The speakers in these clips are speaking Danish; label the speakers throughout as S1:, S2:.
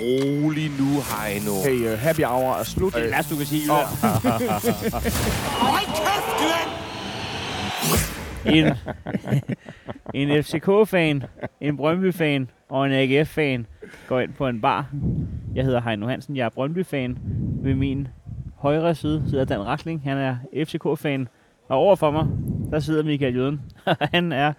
S1: rolig nu, Heino.
S2: Hey, uh, happy hour er slut.
S3: Det er værst, du kan sige, Jylland.
S4: Hold kæft, Glenn!
S3: en, en FCK-fan, en Brøndby-fan og en AGF-fan går ind på en bar. Jeg hedder Heino Hansen, jeg er Brøndby-fan. Ved min højre side sidder Dan Rakling, han er FCK-fan. Og overfor mig, der sidder Michael Jøden. han er,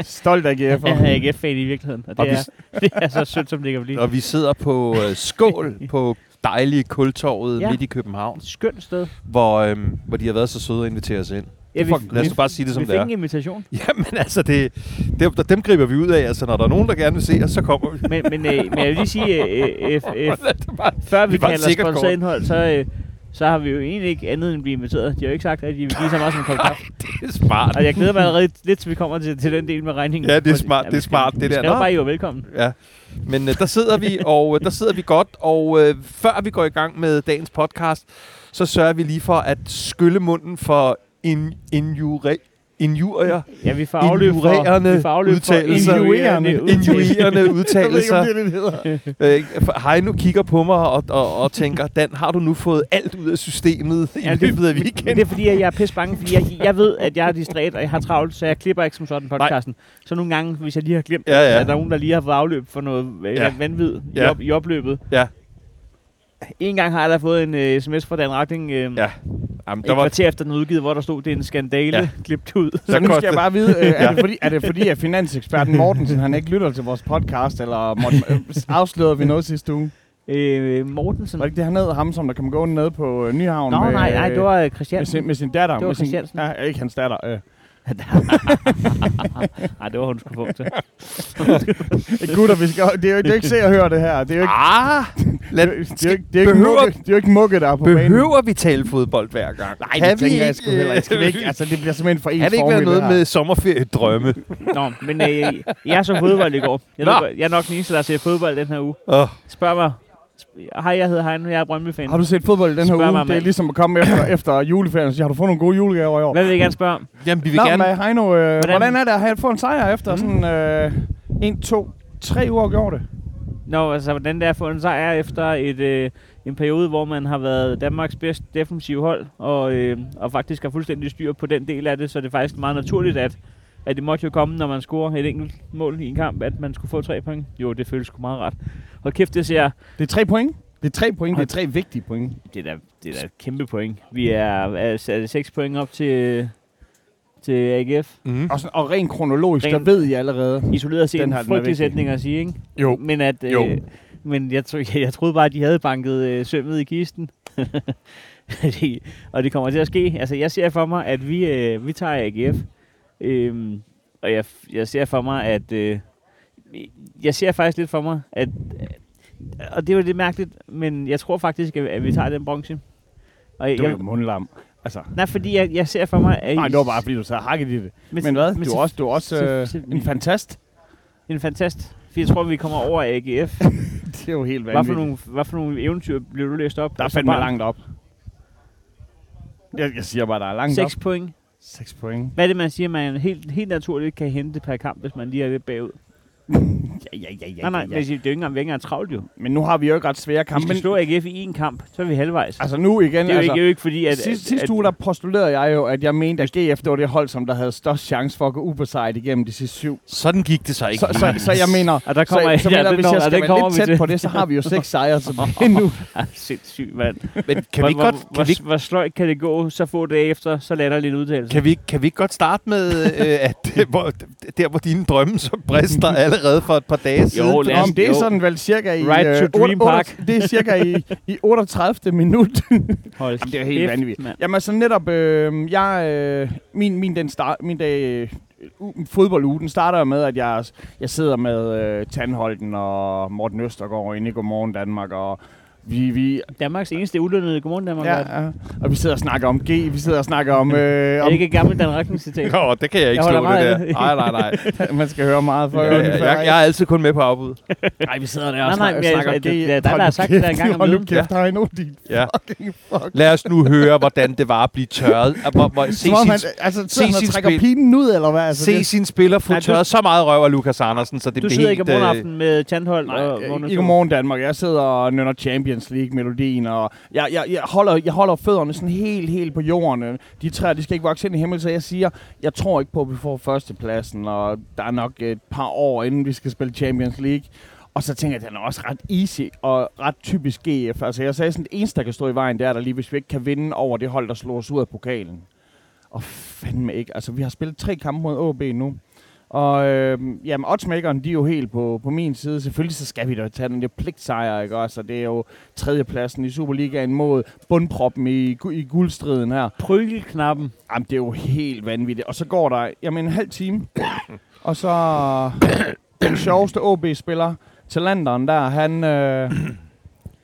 S2: Stolt af GF.
S3: han er AGF-fan i virkeligheden. Og
S1: Og
S3: det er, det er så sødt, som det kan blive.
S1: Og vi sidder på øh, skål på dejlige kultorvet ja.
S3: Ja.
S1: midt i København,
S3: Et skønt sted.
S1: hvor, øhm, hvor de har været så søde at invitere os ind.
S3: Ja, vi,
S1: Fuck, Lad os
S3: vi,
S1: nu bare sige det, som
S3: vi
S1: det
S3: fik
S1: er.
S3: en invitation.
S1: Jamen altså, det, dem, dem griber vi ud af. Altså, når der er nogen, der gerne vil se os, så kommer vi.
S3: Men, men, øh, men jeg vil lige sige, øh, øh, øh, øh,
S1: Det er bare-
S3: før vi
S1: Det var et
S3: kalder
S1: sikkert
S3: sponsoreret
S1: kort.
S3: indhold, så, øh, så har vi jo egentlig ikke andet end blive inviteret. De har jo ikke sagt, at de vil give så meget som en kop kaffe.
S1: det er smart.
S3: Og jeg glæder mig allerede lidt, til vi kommer til, til den del med regningen.
S1: Ja, det er
S3: Fordi-
S1: smart, det er
S3: vi skal-
S1: smart, det
S3: vi
S1: der.
S3: Skal jo
S1: Nå.
S3: bare, I er velkommen.
S1: Ja. Men øh, der sidder vi, og øh, der sidder vi godt, og øh, før vi går i gang med dagens podcast, så sørger vi lige for at skylle munden for in, injure, injurier,
S3: Ja, vi får afløb for,
S1: Injurerende
S3: vi får afløb for
S1: udtalelser.
S3: injurerende udtalelser.
S1: injurierende
S2: Jeg ved ikke,
S1: udtalelser.
S2: om det er det, det hedder.
S1: Øh, for Heino kigger på mig og, og, og tænker, Dan, har du nu fået alt ud af systemet i
S3: Ja, det-
S1: løbet af
S3: Men det
S1: weekenden?
S3: er fordi, at jeg er pisse bange, fordi jeg, jeg ved, at jeg er distræt, og jeg har travlt, så jeg klipper ikke som sådan podcasten. Så nogle gange, hvis jeg lige har glemt,
S1: Ja, ja.
S3: at der er nogen, der lige har fået afløb for noget øh,
S1: Ja.
S3: vanvid i,
S1: Ja.
S3: op, i opløbet.
S1: Ja.
S3: En gang har jeg da fået en øh, sms fra Dan Rakling, øh,
S1: Ja, Jamen,
S3: Et
S1: der var,
S3: kvarter efter den er udgivet, hvor der stod, det er en skandale,
S1: Ja.
S3: ja. klippet ud.
S2: Så nu skal jeg
S1: kostede-
S2: bare vide, øh, er, det fordi, er det fordi, at finanseksperten Mortensen han ikke lytter til vores podcast, eller måtte, øh, afslørede vi noget sidste uge?
S3: Øh, Mortensen.
S2: Var det ikke det, han hed, ham, som der kom gående ned på øh, Nyhavn?
S3: Nå,
S2: med,
S3: nej, nej,
S2: øh,
S3: det var øh,
S2: Med
S3: Christian.
S2: sin, med sin datter.
S3: Det var
S2: med sin,
S3: Christiansen.
S2: Ja, ikke hans datter. Øh.
S3: Nej, det var hun skulle få til.
S2: Øh, Gutter, vi skal, det er jo det er jo ikke se og høre det her. Det er jo ikke,
S1: ah, lad,
S2: det er, jo ikke, det er jo ikke,
S1: behøver-
S2: mukke, det er jo ikke mukke, der er på banen.
S1: behøver vi tale fodbold hver gang?
S2: Nej, det tænker jeg sgu heller ikke. Skal vi ikke. Altså, det bliver simpelthen for ens
S1: Kan det ikke
S2: formue,
S1: være noget
S2: her.
S1: med sommerferiedrømme?
S3: Nå, men øh, jeg så fodbold i går. Jeg,
S1: Nå.
S3: ved godt, jeg er nok den eneste, der ser fodbold den her uge.
S1: Åh.
S3: Spørg mig. Sp- Hej, jeg hedder Heino, jeg er Brøndby-fan.
S2: Har du set fodbold i den her
S3: Spørg
S2: uge?
S3: mig,
S2: det er
S3: mand.
S2: ligesom at komme efter, efter juleferien og sige, har du fået nogle gode julegaver i år?
S3: Hvad vil I gerne spørge om?
S1: Jamen, vi vil
S2: Nå,
S1: gerne...
S2: men Heino, øh, hvordan? hvordan
S3: Hvordan
S2: er det at have fået en sejr efter sådan øh, en, to, tre uger gjorde det?
S3: Nå, altså, hvordan det er at få en sejr efter et, øh, en periode, hvor man har været Danmarks bedst defensive hold, og, øh, og faktisk har fuldstændig styr på den del af det, så det er faktisk meget naturligt, at, at det måtte jo komme, når man scorer et enkelt mål i en kamp, at man skulle få tre point. Jo, det føles sgu meget rart. Hold kæft, det ser...
S2: Det er tre point. Det er tre point. Det er tre vigtige point.
S3: Det er da, det er da et kæmpe point. Vi er, er, er det seks point op til, til AGF.
S1: Mm.
S2: Og, sådan, og rent kronologisk, der
S3: Rent-
S2: ved I allerede.
S3: Isoleret set
S2: Den
S3: en
S2: her, den er
S3: frygtelig
S2: vigtig.
S3: sætning at sige, ikke?
S1: Jo.
S3: Men, at, øh,
S1: Jo.
S3: men jeg, tro, jeg, jeg troede bare, at de havde banket øh, sømmet i kisten. Det- og det kommer til at ske. Altså, jeg ser for mig, at vi, øh, vi tager AGF. Øhm, og jeg, jeg ser for mig, at... Øh, jeg ser faktisk lidt for mig, at... øh, Og det er jo lidt mærkeligt, men jeg tror faktisk, at, at vi tager den bronze. Og jeg,
S2: Du er
S3: jeg,
S2: jo mundlam. Altså,
S3: nej, fordi jeg, jeg ser for mig... At
S2: nej, det var bare, fordi du sad hakket i det. Men, men hvad? Du er også, du er også
S3: til-
S2: øh,
S3: til-
S2: en fantast.
S3: En fantast. For jeg tror, vi kommer over AGF.
S2: Det er jo helt
S3: Hvad for,
S2: vanvittigt.
S3: nogle, hvad for nogle eventyr blev du læst op?
S2: Der er
S3: Altså,
S2: fandme
S3: bare
S2: langt op. Jeg, jeg siger bare, der er langt
S3: Seks
S2: op.
S3: point.
S2: 6 point.
S3: Hvad er det, man siger, man helt, helt naturligt kan hente per kamp, hvis man lige er lidt bagud?
S2: Ja, ja, ja, ja,
S3: nej, nej,
S2: ja, ja.
S3: hvis I- det er jo ikke engang, vi er ikke engang travlt jo.
S2: Men nu har vi jo ikke ret svære
S3: Kampen.
S2: kampe.
S3: Vi skal slå AGF i én kamp, så er vi halvvejs. Altså,
S2: Altså nu igen,
S3: det er jo
S2: altså,
S3: ikke, det er jo ikke fordi, at...
S2: sidste,
S3: at,
S2: sidste uge der postulerede jeg jo, at jeg mente, at GF det var det hold, som der havde størst chance for at gå ubesejret igennem de sidste syv.
S1: Sådan gik det så ikke.
S2: Så, så, så, jeg mener,
S3: Og der kommer-
S2: så, så
S3: ja,
S2: mener,
S3: det
S2: hvis
S3: når-
S2: jeg
S3: ja,
S2: skal være
S3: det kommer
S2: lidt
S3: vi
S2: tæt
S3: til.
S2: på det, så har vi jo seks sejre tilbage nu.
S3: at, Ah, sindssygt, mand.
S1: Men kan vi ikke
S3: hvor,
S1: godt...
S3: hvor,
S1: Kan vi, ikke-
S3: hvor, hvor sløjt kan det gå, så få dage efter, så lader der lidt udtalelse.
S1: kan, vi, ikke- kan vi ikke godt starte med, øh, at det, hvor, der hvor dine drømme så brister allerede for et par dage siden?
S3: Jo, lad
S2: Nå,
S3: os,
S2: men det er
S3: jo,
S2: sådan vel cirka i,
S3: Right to
S2: øh, otte-
S3: Dream
S2: otte-
S3: Park.
S2: det er cirka i, i 38. minut.
S3: hold
S2: Jamen, det er helt
S3: kæft,
S2: vanvittigt.
S3: mand.
S2: Jamen så netop, øh, jeg, øh, min, min, den start, min dag, øh, u- fodbolduge, den starter jo med, at jeg, jeg sidder med øh, Tandholden og Morten Østergaard inde i Godmorgen Danmark og Vi, vi,
S3: Danmarks eneste ulønnede. Godmorgen, Danmark. Ja,
S2: ja, ja. Og vi sidder og snakker om G, vi sidder og snakker om... Øh,
S3: Er
S2: om
S3: det ikke et gammelt Dan Racklin citat?
S1: Nå, det kan jeg ikke
S3: Jeg holder
S1: slå det
S3: meget af
S1: der.
S3: det.
S1: Nej, nej, nej.
S2: man skal høre meget for.
S1: Ja, jeg, jeg, er altid kun med på afbud.
S2: Nej, vi sidder der
S3: Nej, nej, men
S2: snakker
S3: altså,
S2: om
S3: det-
S2: G.
S3: det er dig, der
S2: Hold
S3: har
S2: nu
S3: sagt
S2: kæft,
S3: det engang om
S2: Hold nu
S3: ugen.
S2: kæft, der er nogen, de
S1: Ja.
S2: fucking fuck.
S1: Lad os nu høre, hvordan det var at blive tørret. At må, må, se,
S2: Som om han,
S1: sin,
S2: altså, sidder han
S1: sin
S2: og trækker
S1: spil.
S2: pinen ud, eller hvad? Altså,
S1: se sin spiller få
S3: Nej, du-
S1: tørret så meget røv af Lukas Andersen, så det
S3: Du
S1: blev
S3: sidder
S1: helt...
S3: ikke om
S1: øh,
S3: morgenaften med Tandhold
S2: Nej,
S3: og
S2: øh,
S3: Vågner
S2: ikke
S3: Sol.
S2: morgen Danmark. Jeg sidder og nynner Champions League-melodien, og jeg, jeg, jeg, holder, jeg holder fødderne sådan helt, helt på jorden. De træer, de skal ikke vokse ind i himlen, så jeg siger, jeg tror ikke på, at vi får førstepladsen, og der er nok et par år, inden vi skal spille Champions League. Og så tænker jeg, at den er også ret easy og ret typisk GF. Altså jeg sagde sådan, det eneste, der kan stå i vejen, det er der lige, hvis vi ikke kan vinde over det hold, der slår os ud af pokalen. Og fandme ikke. Altså vi har spillet tre kampe mod AB nu. Og øh, jamen, oddsmakeren, de er jo helt på, på min side. Selvfølgelig så skal vi da tage den der pligtsejr, ikke også? Og det er jo tredjepladsen i Superligaen mod bundproppen i, gu- i guldstriden her.
S3: Prygelknappen.
S2: Jamen, det er jo helt vanvittigt. Og så går der jamen, en halv time, og så den sjoveste OB-spiller, talenteren der, han, øh,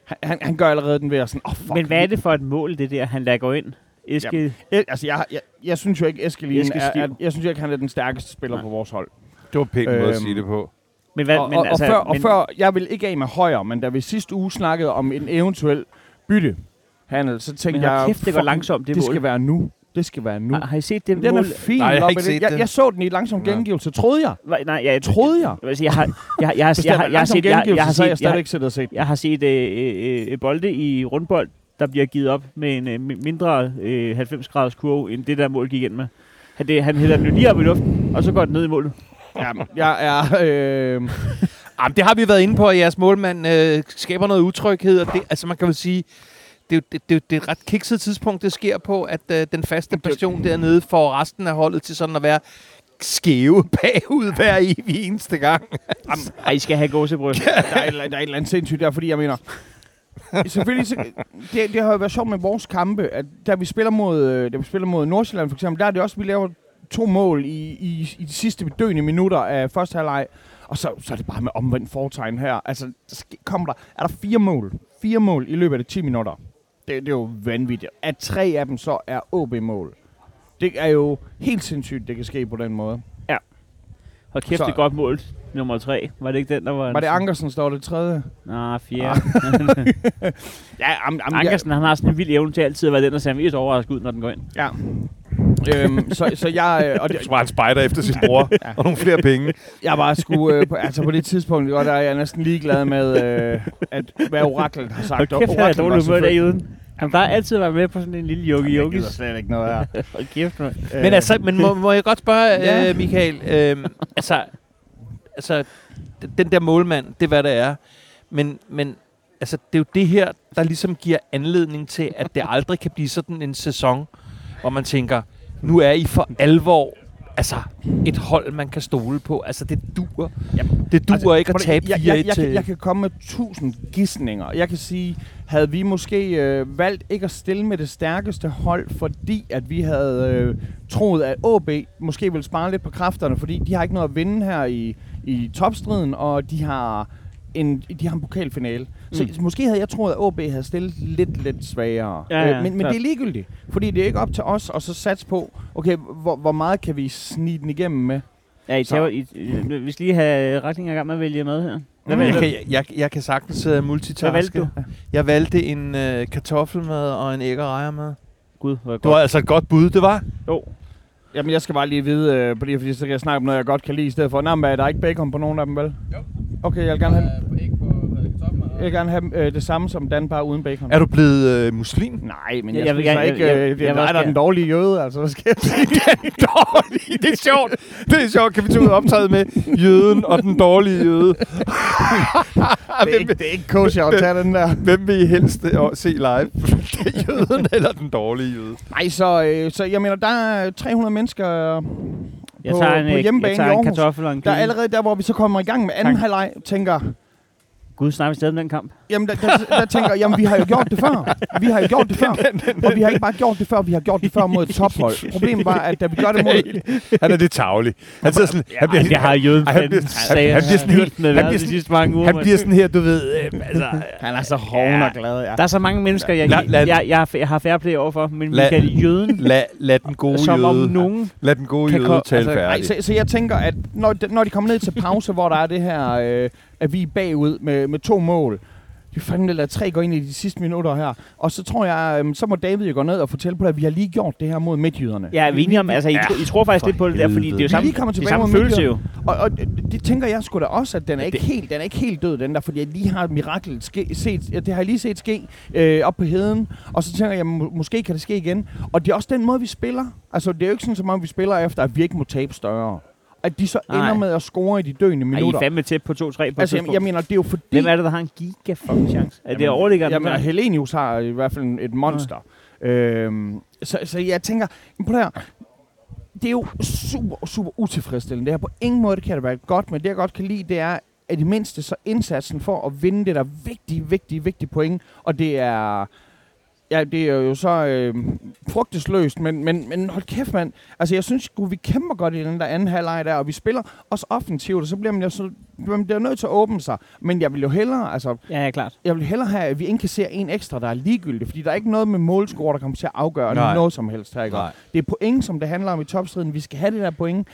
S2: han- han, han gør allerede den ved at sådan, oh, fuck.
S3: Men hvad er det for et mål, det der, han lægger ind? Eske,
S2: Eh, Altså, jeg, jeg, jeg synes jo ikke, Eskelin
S3: Eske
S2: er,
S3: Skiv.
S2: er, jeg synes jo ikke, han er den stærkeste spiller
S3: Nej.
S2: på vores hold.
S1: Det var en pæn måde at
S2: Øhm,
S1: sige det på.
S3: Men hvad,
S2: og,
S3: men,
S2: og,
S3: altså,
S2: og, før, og
S3: men,
S2: før, jeg vil ikke af med højre, men da vi sidste uge snakkede om en eventuel byttehandel, så tænkte
S3: men hold
S2: jeg,
S3: kæft, det går
S2: fuck,
S3: langsomt, det,
S2: det
S3: mål.
S2: skal være nu. Det skal være nu.
S3: Har, har I set det
S2: Den
S3: mål?
S2: er fin.
S1: Nej, jeg har
S2: Loppe.
S1: ikke set
S2: jeg,
S1: det.
S2: jeg så den i langsom
S1: Nej.
S2: gengivelse, troede jeg.
S3: Nej, nej, jeg
S2: Troede jeg.
S3: Jeg vil sige, jeg har, jeg, har- jeg, har-
S2: Hvis
S3: Altså, jeg,
S2: det
S3: har-
S2: var langsom
S3: jeg har set, jeg, jeg har
S2: gengivelse, så har jeg
S3: set, jeg,
S2: stadig ikke siddet og set.
S3: jeg har set øh, øh, øh, bolde i rundbold, der bliver givet op med en øh, mi- mindre øh, 90 graders kurve, end det der mål gik ind med. Han, det, han hælder den jo lige op i luften, og så går den ned i målet.
S2: Ja, jeg er... Øh,
S1: Jamen, det har vi været inde på, at jeres målmand øh, skaber noget utryghed, og det, altså man kan vel sige, det, er jo- det, det, det er et ret kikset tidspunkt, det sker på, at øh, den faste passion dernede får resten af holdet til sådan at være skæve bagud hver evig eneste gang.
S3: Ej, I skal have gåsebryst.
S2: der, er et, eller- der er et eller andet sindssygt der, fordi jeg mener... Selvfølgelig, så, det, det har jo været sjovt med vores kampe, at da vi spiller mod, øh, da vi spiller mod Nordsjælland for eksempel, der er det også, vi laver to mål i, i, i de sidste bedøende minutter af første halvleg, og så, så er det bare med omvendt fortegn her. Altså, der sk- kommer der, er der fire mål, fire mål i løbet af de 10 minutter. Det, det er jo vanvittigt. At tre af dem så er OB-mål. Det er jo helt sindssygt, det kan ske på den måde.
S3: Og kæft,
S2: Så-
S3: det er godt mål. Nummer tre. Var det ikke den, der var...
S2: Var det Ankersen, der var det tredje?
S3: Nej,
S2: Ah.
S3: fjerde.
S2: Ja, am, am,
S3: Ankersen, han har sådan en vild evne til altid at være den, der ser mest overrasket ud, når den går ind.
S2: Ja. øhm, så, så jeg, øh, og det,
S1: var han spejder efter sin bror, og nogle flere penge.
S2: jeg var sgu, øh, på, altså på det tidspunkt, og der er jeg næsten ligeglad med, øh, at, hvad oraklet har sagt.
S3: Hold kæft, han er
S2: Oraklet var
S3: dårlig humør i dag
S2: selvfølgelig-
S3: uden. Han plejer altid at være med på sådan en lille yogi
S2: Jeg
S3: yogi.
S2: gider slet ikke noget Øh, her.
S3: Hold kæft, man.
S1: Men altså, men må, må jeg godt spørge,
S2: Ja.
S1: øh, Michael, øh, altså, altså, d- den der målmand, det er, hvad det er, men, men altså, det er jo det her, der ligesom giver anledning til, at det aldrig kan blive sådan en sæson, hvor man tænker, nu er I for alvor altså, et hold, man kan stole på. Altså, det dur.
S2: Jamen,
S1: det dur altså, ikke
S2: prøv
S1: at tabe 4-1
S2: jeg, jeg, jeg,
S1: til...
S2: kan, jeg kan komme med tusind gissninger. Jeg kan sige, havde vi måske øh, valgt ikke at stille med det stærkeste hold, fordi at vi havde øh, troet, at AB måske ville spare lidt på kræfterne, fordi de har ikke noget at vinde her i, i topstriden, og de har en, de har en pokalfinale. Så
S3: Mm.
S2: måske havde jeg troet, at AB havde stillet lidt, lidt svagere.
S3: Ja, ja,
S2: øh, men men
S3: klart.
S2: det er ligegyldigt, fordi det er ikke op til os at så satse på, okay, hvor, hvor meget kan vi snige den igennem med?
S3: Ja, I
S2: Så-
S3: tager, I, I, vi skal lige have retning i gang med at vælge med her. Hvad,
S2: Mm.
S1: jeg,
S3: valgte,
S1: kan, jeg, jeg, jeg kan sagtens uh, multitaske.
S3: hvad valgte du?
S1: Jeg valgte en øh, kartoffelmad og en æggerejemad.
S3: Gud, hvor
S1: Det var
S3: godt.
S1: altså et godt bud, det var.
S3: Jo,
S2: Jamen, jeg skal bare lige vide, øh, fordi, fordi så kan jeg snakke om noget, jeg godt kan lide i stedet for. Nå, men er der ikke bacon på nogen af dem, vel?
S5: Jo.
S2: Okay, jeg vil gerne have,
S5: Ikke på kartoffelmad.
S2: jeg vil gerne have øh, det samme som Dan, bare uden bacon.
S1: Er du blevet øh, muslim?
S2: Nej, men
S3: Ja,
S2: jeg,
S3: jeg
S2: jeg
S3: vil
S2: spiser
S3: gerne-
S2: ikke...
S3: jeg-
S2: Øh,
S3: jeg-
S2: jeg,
S3: jeg vil
S2: jeg, nej,
S3: også
S2: der er den
S3: gerne-
S2: dårlige jøde, altså. Hvad skal jeg sige?
S1: dårlige. Det er sjovt. Det er sjovt. Kan vi tage ud optaget med jøden og den dårlige jøde?
S2: det, er ikke, det er ikke kosher at tage den der.
S1: Hvem vil I helst øh, se live? Det er jøden eller den dårlige jøde?
S2: Nej, så, øh, så jeg mener, der er 300 mennesker øh,
S3: jeg
S2: på,
S3: tager en,
S2: på
S3: øh,
S2: hjemmebane
S3: jeg tager
S2: i
S3: en
S2: Aarhus.
S3: kartoffel og en
S2: Der er
S3: kylling.
S2: allerede der, hvor vi så kommer i gang med anden
S3: Tak.
S2: halvleg, tænker,
S3: Gud, snakker vi stadig om den kamp?
S2: Jamen, der, der, der tænker jeg, jamen, vi har jo gjort det før. Vi har jo gjort det før. Og vi har ikke bare gjort det før, vi har gjort det før mod et tophold. Problemet var, at da vi gør det mod...
S1: Han er det tavlig. Han, sidder sådan, han bliver,
S3: Ej, jeg har jøden
S1: Ej, han bliver- han- han bliver sådan helt-
S3: Han
S1: han
S3: bliver
S1: bliver
S3: de
S1: sådan-
S3: sidste mange uger.
S1: han
S3: mand.
S1: bliver sådan her, du ved... Øh, altså,
S2: Han er så hoven og glad, ja.
S3: Der er så mange mennesker, jeg,
S1: Lad- lad-
S3: jeg, jeg, jeg, har- jeg har færre play overfor, men
S1: Lad-
S3: Michael Jøden,
S1: lad, lad den gode
S3: som om
S1: jøde,
S3: nogen...
S1: lad den gode
S3: kan
S1: jøde
S3: komme-
S1: tale
S3: altså,
S2: Ej,
S1: færdigt.
S2: så, så jeg tænker, at når de, når de kommer ned til pause, hvor der er det her, øh, at vi er bagud med, med to mål, de fandme lader tre gå ind i de sidste minutter her. Og så tror jeg, øhm, så må David jo gå ned og fortælle på dig, at vi har lige gjort det her mod midtjyderne.
S3: Ja, er vi enige om, altså, I, ja, I tror faktisk
S1: for
S3: lidt på det der, fordi det er jo
S1: helvede.
S3: samme,
S2: Vi lige kommer
S3: det er
S2: tilbage
S3: samme
S2: mod
S3: følelse jo.
S2: Og, og det tænker jeg sgu da også, at den er, ikke helt, den er ikke helt død, den der, fordi jeg lige har et mirakel ske, set, ja, det har jeg lige set ske øh, op på heden, og så tænker jeg, må, måske kan det ske igen. Og det er også den måde, vi spiller. Altså, det er jo ikke sådan, som om vi spiller efter, at vi ikke må tabe større. At de så
S3: Nej.
S2: ender med at score i de døende
S3: Ej, I
S2: minutter.
S3: er fandme tæt på 2-3 på et
S2: altså, jeg,
S3: tidspunkt.
S2: jeg mener, det er jo fordi...
S3: Hvem er det, der har en giga fucking chance? Er det
S2: Jamen,
S3: overligger den
S2: Jamen,
S3: der?
S2: Helenius har i hvert fald en- et monster. Øhm, så, så jeg tænker, men prøv at høre, det er jo super, super utilfredsstillende. Det her på ingen måde kan det være godt, men det jeg godt kan lide, det er, at i mindste så indsatsen for at vinde det der vigtige, vigtige, vigtige point, og det er... Ja, det er jo så øh, frugtesløst, men, men, men hold kæft, mand. Altså, jeg synes, sgu, vi kæmper godt i den der anden halvleg der, og vi spiller også offensivt, og så bliver man jo så, man bliver nødt til at åbne sig. Men jeg vil jo hellere, altså,
S3: Ja, ja, klart.
S2: jeg vil hellere have, at vi indkasserer en ekstra, der er ligegyldig, fordi der er ikke noget med målscore, der kommer til at afgøre
S1: Nej.
S2: Nej. noget som helst her. Ikke?
S1: Nej.
S2: Det er point, som det handler om i topstriden. Vi skal have det der point,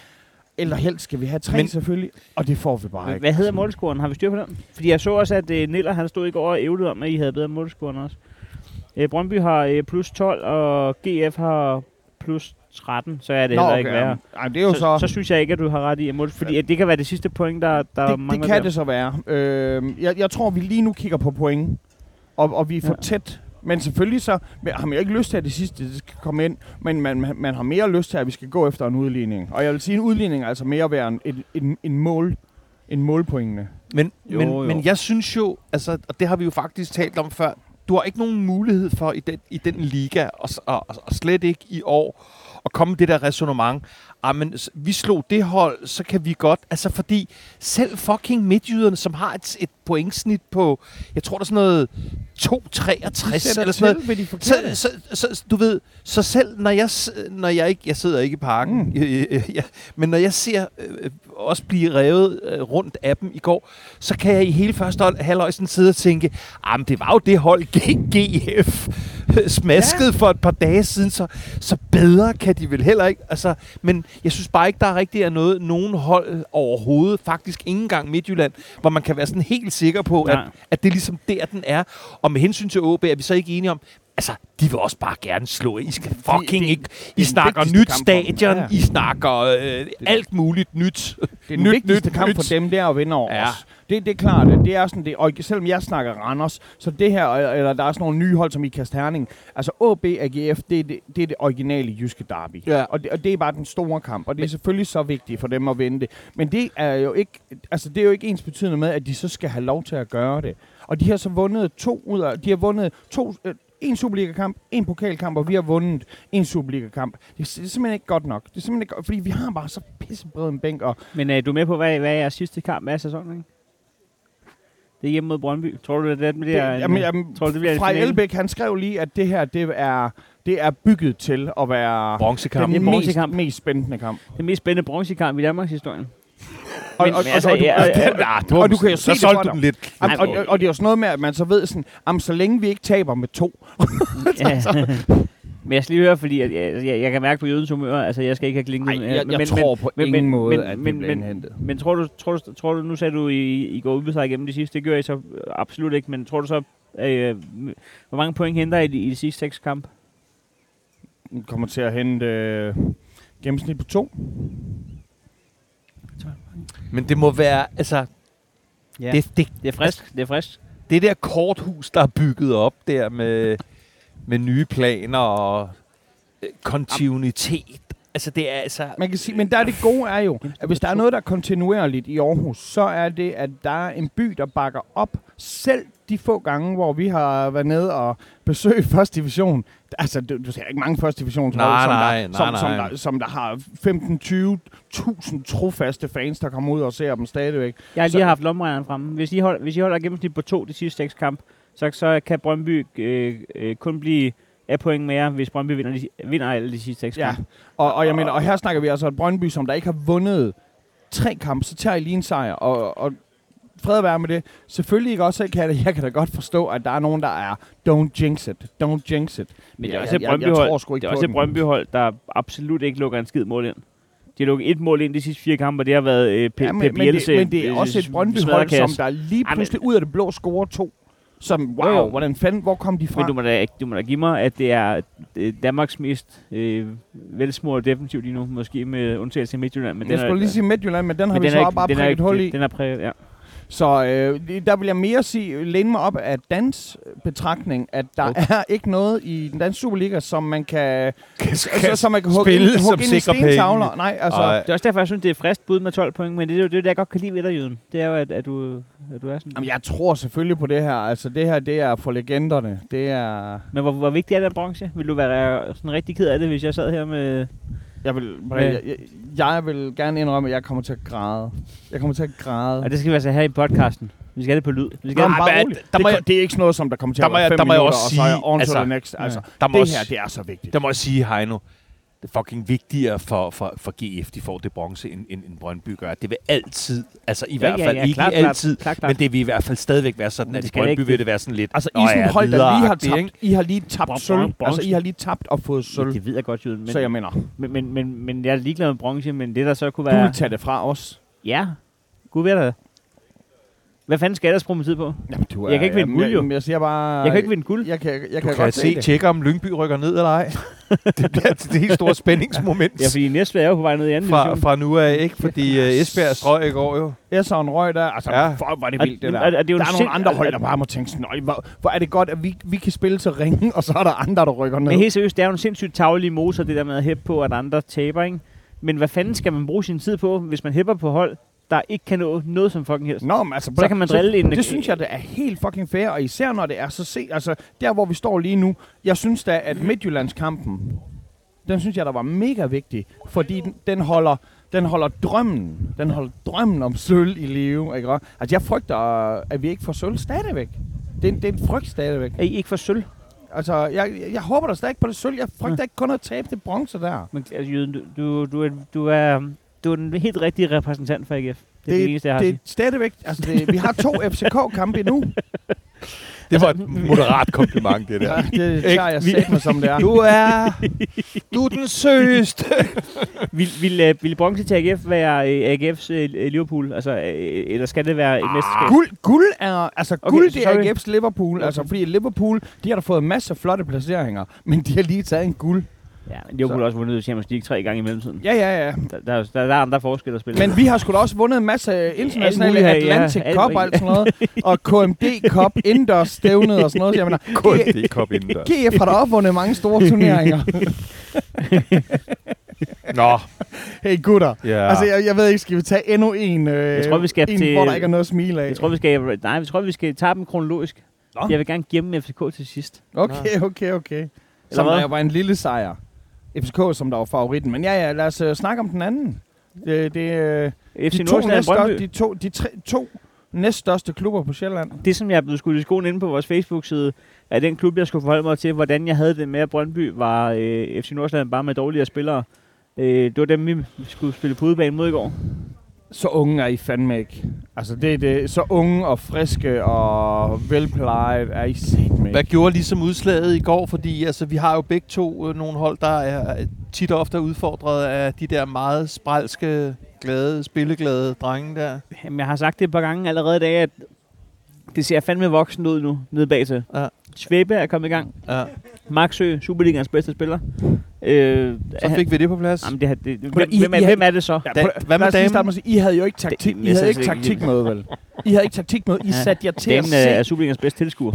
S2: eller helst skal vi have tre
S1: Men-
S2: Men, selvfølgelig, og det får vi bare ikke.
S3: Hvad hedder målscoren? Har vi styr på den? Fordi jeg så også, at øh, Niller han stod i går og ævlede om, at I havde bedre målscoren også. Øh, Brøndby har øh, plus 12, og GF har plus 13, så er det Nå, heller ikke værre.
S2: Ej, det er jo så...
S3: så, så
S2: så,
S3: synes jeg ikke, at du har ret i at mål, fordi at det kan være det sidste point, der, der
S2: det, det
S3: mangler
S2: kan
S3: der.
S2: det så være. Øh, jeg, jeg tror, vi lige nu kigger på point, og, og vi er for
S3: Ja.
S2: ja. tæt. Men selvfølgelig så men har man jo ikke lyst til, at det sidste det skal komme ind, men man, man- man har mere lyst til, at vi skal gå efter en udligning. Og jeg vil sige, en udligning er altså mere værd end en, en, en mål en målpointene.
S1: Men,
S2: Jo,
S1: men,
S2: jo.
S1: men jeg synes jo, altså, og det har vi jo faktisk talt om før, du har ikke nogen mulighed for i den, i den liga, og, s- og, og- og slet ikke i år, at komme med det der resonemang. Ah, men s- vi slog det hold, så kan vi godt. Altså fordi selv fucking midtjyderne, som har et, et pointsnit på, jeg tror der er sådan noget 2,63 eller sådan noget.
S2: ved de
S1: Så,
S2: forkerte.
S1: så, så, så, du ved, så selv når jeg, s- når jeg ikke, jeg sidder ikke i parken, mm.
S2: Mm.
S1: ja, men når jeg ser øh, os blive revet øh, rundt af dem i går, så kan jeg i hele første hold- halvøj sådan sidde og tænke, ah, men det var jo det hold G- GF smaskede ja. for et par dage siden, så, så bedre kan de vel heller ikke. Altså, men jeg synes bare ikke, der er rigtig er noget, nogen hold overhovedet, faktisk ikke engang Midtjylland, hvor man kan være sådan helt sikker på, at,
S3: Nej.
S1: at det er ligesom der, den er. Og med hensyn til OB er vi så ikke enige om, altså, de vil også bare gerne slå. jer. I skal fucking
S2: det-
S1: ikke... I
S2: den
S1: snakker
S2: vigtigste
S1: nyt
S2: kamp for dem.
S1: stadion,
S2: Ja, ja.
S1: I snakker øh, alt muligt nyt.
S2: Det er den
S1: nyt,
S2: vigtigste
S1: nyt,
S2: kamp
S1: nyt.
S2: for dem, det er at vinde over
S1: Ja.
S2: ja. os. Det, det er klart, at det er sådan det. Og selvom jeg snakker Randers, så det her, øh, eller der er sådan nogle nye hold som Ikast Herning. Altså OB AGF, det er det, det, er det originale jyske derby.
S1: Ja.
S2: Og, det, og det er bare den store kamp, og det er selvfølgelig så vigtigt for dem at vinde det. Men det er jo ikke, altså det er jo ikke ens betydende med, at de så skal have lov til at gøre det. Og de har så vundet to ud af, de har vundet to, øh, en Superliga-kamp, en pokalkamp, og vi har vundet en Superliga-kamp. Det, er- det er simpelthen ikke godt nok. Det er simpelthen ikke, godt- fordi vi har bare så pissebred en bænk, og
S3: Men er du med på, hvad, hvad er jeres sidste kamp af sæsonen? Ikke? Det er hjemme mod Brøndby. Tror du, det er det, det
S2: Det,
S3: er,
S2: jamen, jamen,
S3: tror du, det bliver en
S2: Frej
S3: finale?
S2: Elbæk, han skrev lige, at det her, det er, det er bygget til at være
S1: Bronzekamp.
S3: Det er
S2: den
S3: en
S2: mest,
S3: bronzekamp.
S2: mest spændende kamp.
S3: den mest spændende bronzekamp i Danmarks historie.
S2: Og,
S3: Men-
S2: og,
S3: men altså,
S2: og, og, du-
S3: ja, altså, ja,
S2: og,
S1: Ja,
S2: og du kan jo se
S1: så
S2: det
S1: solgte
S2: for
S1: du
S2: dig.
S1: den lidt.
S3: Ej,
S2: og, og, og, det er jo sådan noget med, at man så ved sådan, am, så længe vi ikke taber med to.
S3: ja. Men jeg skal lige høre, fordi jeg, jeg, jeg, jeg kan mærke på jødens humør, altså jeg skal ikke have klinket.
S2: Ej,
S3: den her,
S2: jeg, jeg tror på
S3: men-
S2: ingen
S3: men-
S2: måde,
S3: men-
S2: at vi
S3: men-
S2: bliver
S3: men-
S2: indhentet.
S3: Men tror du, tror du, tror du nu sagde du, I, I går udbesejret igennem de sidste. Det gør I så øh, absolut ikke, men tror du så, øh, hvor mange point henter I i de, i de sidste seks kampe?
S2: Vi kommer til at hente øh, gennemsnit på to.
S1: Men det må være, altså,
S3: Ja. Det,
S1: det, det,
S3: det er frisk, det er frisk.
S1: det der korthus, der er bygget op der med, med nye planer og øh, kontinuitet. Altså, det er altså...
S2: Man kan sige, men der er det gode er jo, at hvis der er noget, der er kontinuerligt i Aarhus, så er det, at der er en by, der bakker op. Selv de få gange, hvor vi har været nede og besøge første division. Altså, du, du ser ikke mange første divisionshold,
S1: Nej,
S2: som,
S1: nej,
S2: der,
S1: nej,
S2: som, som,
S1: nej.
S2: der, som der har 15-20.000 trofaste fans, der kommer ud og ser dem stadigvæk.
S3: Jeg har
S2: Så-
S3: lige haft lommeregneren fremme. Hvis I, holder, hvis I holder gennemsnit på to de sidste seks kamp, så, så kan Brøndby øh, øh, kun blive af point mere, hvis Brøndby vinder, de, vinder alle de sidste seks
S2: Ja,
S3: kampe.
S2: og, og, jeg mener, og her snakker vi altså, at Brøndby, som der ikke har vundet tre kampe, så tager I lige en sejr, og, og fred at være med det. Selvfølgelig ikke også, selv kan jeg, da- jeg kan da godt forstå, at der er nogen, der er, don't jinx it, don't jinx it.
S3: Men det
S2: Jeg-
S3: er også et
S2: jeg- jeg- jeg tror
S3: Brøndby-hold,
S2: sgu ikke
S3: det er
S2: på
S3: også et
S2: den.
S3: Brøndby-hold, der absolut ikke lukker en skid mål ind. De har lukket et mål ind de sidste fire kampe, og det har været øh, P- øh, ja,
S2: men, men, det, men det er også et Brøndby-hold, som der lige
S3: Ej, men-
S2: pludselig ud af det blå scorer to. Som,
S3: Jo,
S2: wow,
S3: jo.
S2: hvordan fanden, hvor kom de fra?
S3: Men du må, da, ikke- du må da give mig, at det er øh, Danmarks mest øh, velsmurt defensiv lige nu. Måske med undtagelse af Midtjylland. Men
S2: jeg
S3: den er-
S2: skulle lige sige Midtjylland, men den har
S3: men
S2: vi
S3: den
S2: så
S3: er
S2: ikke,
S3: ikke-
S2: bare
S3: den er
S2: prikket
S3: ikke-
S2: hul i.
S3: Den er præget, ja.
S2: Så øh, det- der vil jeg mere sige, læne mig op af dans betragtning, at der okay. er ikke noget i den danske Superliga, som man kan, altså, som man kan hugge
S1: spille,
S2: ind,
S1: som
S2: hugge ind i
S1: sikrer penge.
S2: stentavler. Nej, altså,
S1: Ej.
S3: Det er også derfor, jeg synes, det er frist bud med 12 point, men det er jo det, er det, jeg godt kan lide ved dig, Jyden. Det er jo, at, at, du, at du er sådan.
S2: Jamen, jeg tror selvfølgelig på det her. Altså, det her, det er for legenderne. Det er...
S3: Men hvor, hvor vigtig er den branche? Vil du være sådan rigtig ked af det, hvis jeg sad her med...
S2: Jeg vil,
S3: Ja.
S2: jeg, jeg, jeg vil gerne indrømme, at jeg kommer til at græde. Jeg kommer til at græde.
S3: Og det skal vi altså have i podcasten. Vi skal have det på lyd. Vi skal
S2: Jamen,
S1: Ej,
S2: bare
S1: men
S2: roligt.
S1: der
S2: det,
S1: må
S2: ko-
S1: jeg-
S2: det er ikke sådan noget, som der kommer til
S1: der
S2: at
S1: må
S2: være
S1: jeg-
S2: fem
S1: der må jeg
S2: minutter,
S1: også
S2: og så er jeg
S1: sige,
S2: on altså, to
S1: altså,
S2: the next. Altså,
S1: der må
S2: det
S1: også-
S2: her, det er så vigtigt.
S1: Der må jeg sige, Heino, det er fucking vigtigere for, for, for GF, de får det bronze, end, end, end Brøndby gør. Det vil altid, altså i hvert fald, ikke
S3: klart, klart,
S1: altid,
S3: Klart, klart.
S1: men det vil i hvert fald stadigvæk være sådan,
S3: Men
S1: at i
S3: det skal
S1: Brøndby
S3: ikke-
S1: vil det være sådan lidt...
S2: Altså, I
S1: "Nå
S2: er sådan
S1: ja,
S2: et hold, der lige har
S1: lideragtigt, ikke?"
S2: tabt, I har lige
S3: Bron-
S2: tabt sølv.
S3: bronze.
S2: Altså, I har lige tabt og fået
S3: Men
S2: sølv.
S3: det ved jeg godt, Jyden. Men,
S2: Så jeg mener,
S3: men, men, men, men, jeg er ligeglad med branche, men det der så kunne
S2: du
S3: være...
S2: vil tage det fra os.
S3: Ja, gud ved det. Hvad fanden skal jeg ellers bruge min tid på?
S2: Jamen, du
S3: Jeg kan ikke vinde
S2: jamen,
S3: guld, jo.
S2: Jeg, jeg siger bare...
S3: Jeg kan ikke vinde guld.
S2: Jeg kan, jeg, jeg
S1: Du
S2: kan,
S1: kan, kan
S2: godt se,
S1: se,
S2: det.
S1: tjekke om Lyngby rykker ned eller ej. det bliver til det helt store spændingsmoment
S3: Ja, fordi Næstved er jo på vej ned i anden
S1: fra,
S3: division.
S1: fra nu af, ikke? Fordi uh, Esbjerg strøg i går jo.
S2: Jeg så en røg der. Altså,
S1: Ja.
S2: ja. fuck, var det
S3: Og-
S2: vildt, det
S3: men-
S2: der.
S3: og- og det er jo
S2: der
S3: en
S2: er
S3: sind-
S2: nogle andre hold,
S3: og-
S2: der bare må tænke sådan, "Nøj, hvor, hvor er det godt, at vi, vi kan spille til ringen, og så er der andre, der rykker ned.
S3: Men helt seriøst, det er jo en sindssygt tavlig motor, det der med at hæppe på, at andre taber, ikke? Men hvad fanden skal man bruge sin tid på, hvis man hæpper på hold, der ikke kan nå noget som fucking helst?
S2: Nå, men altså,
S3: Så kan man drille en-
S2: Det synes jeg, det er helt fucking fair, og især når det er så sent. Altså, der hvor vi står lige nu, jeg synes da, at Midtjyllandskampen, den synes jeg, der var mega vigtig, fordi den, den holder den holder drømmen, den holder drømmen om sølv i live, ikke? også? Altså, jeg frygter, at vi ikke får sølv stadigvæk. Det er, en- det er en frygt stadigvæk.
S3: Er I ikke for sølv?
S2: Altså, jeg, jeg- jeg håber da stadig ikke på det sølv. Jeg
S3: Mm.
S2: frygter ikke kun at tabe det bronze der.
S3: Men altså, Jyden, du, du, du, er, du, er, du er den helt rigtige repræsentant for AGF. Det er det, eneste, jeg har
S2: det
S3: det,
S2: er stadigvæk... Altså, det, vi har to FCK-kampe endnu.
S1: Det var et moderat kompliment, det
S2: Ja,
S1: der.
S2: det tager jeg sæt mig, som det er.
S1: Du er... Du er den søgeste.
S3: Vil, vil, uh, vil bronze til AGF være uh, AGF's uh, Liverpool? Altså, uh, eller skal det være et mesterskab?
S2: Ah. Guld, guld er, altså
S3: Okay,
S2: okay, guld,
S3: så
S2: det
S3: sorry.
S2: er AGF's Liverpool. Altså, fordi Liverpool, de har da fået masser af flotte placeringer, men de har lige taget en guld.
S3: Ja, men Liverpool har også vundet Champions League tre gange i mellemtiden.
S2: Ja, ja, ja.
S3: Der, der, er- der, der er andre forskelle at spille.
S2: Men vi har sgu da også vundet en masse internationale
S3: muligt her, ja.
S2: Atlantic
S3: Alt
S2: Cup
S3: muligt.
S2: og alt sådan noget. Og KMD Cup, Indendørs Stævnet og sådan noget. Så jeg mener,
S1: Kun det kom ind der.
S2: GF har da også vundet mange store turneringer.
S1: Nå,
S2: Hey gutter.
S1: ja.
S2: Altså, jeg, jeg ved ikke, skal vi tage endnu en, øh,
S3: Jeg tror, vi skal
S2: en
S3: til-
S2: hvor der ikke er noget at smile af?
S3: Jeg tror, vi skal, nej, jeg tror, vi skal tage dem kronologisk.
S1: Nå.
S3: Jeg vil gerne gemme FCK til sidst.
S2: Okay, okay, okay.
S3: Eller
S2: Som
S3: hvad?
S2: der jo var en lille sejr. FCK, som der var favoritten. Men ja, ja, lad os øh, snakke om den anden. Det, det, øh,
S3: FC
S2: de to,
S3: Nordsjælland
S2: næststørste,
S3: Brøndby.
S2: de to, de tre, to næststørste klubber på Sjælland.
S3: Det, som jeg er blevet skudt i skoen inde på vores Facebook-side, er den klub, jeg skulle forholde mig til, hvordan jeg havde det med, at Brøndby var øh, FC Nordsjælland bare med dårligere spillere. Øh, det var dem, vi skulle spille på udebane mod i går.
S2: Så unge er I fandme ikke. Altså, det er det. Så unge og friske og velplejet er I satme
S1: Hvad
S2: ikke.
S1: gjorde ligesom udslaget i går? Fordi altså, vi har jo begge to øh, nogle hold, der er tit og ofte udfordret af de der meget spralske, glade, spilleglade drenge der.
S3: Jamen, jeg har sagt det et par gange allerede i dag, at det ser fandme voksen ud nu, nede bag til.
S1: Ja.
S3: Svebe er kommet i gang.
S1: Ja.
S3: Maxø, Superligans bedste spiller. Øh,
S1: Så fik vi det på plads.
S3: Jamen, det, har- det, det,
S2: I-
S3: hvem,
S2: I
S3: er,
S2: har-
S3: hvem er det så?
S1: Da-
S2: prøv-
S1: hvad med
S2: lad os lige
S1: damen?
S2: starte med at sige, I havde jo ikke taktik,
S3: Det-
S2: I havde
S3: jeg
S2: ikke
S3: synes ikke, øh,
S2: taktikmøde, vel? I havde ikke taktikmøde. I satte jer til at
S3: Damen
S2: se.
S3: er Superligans bedste tilskuer.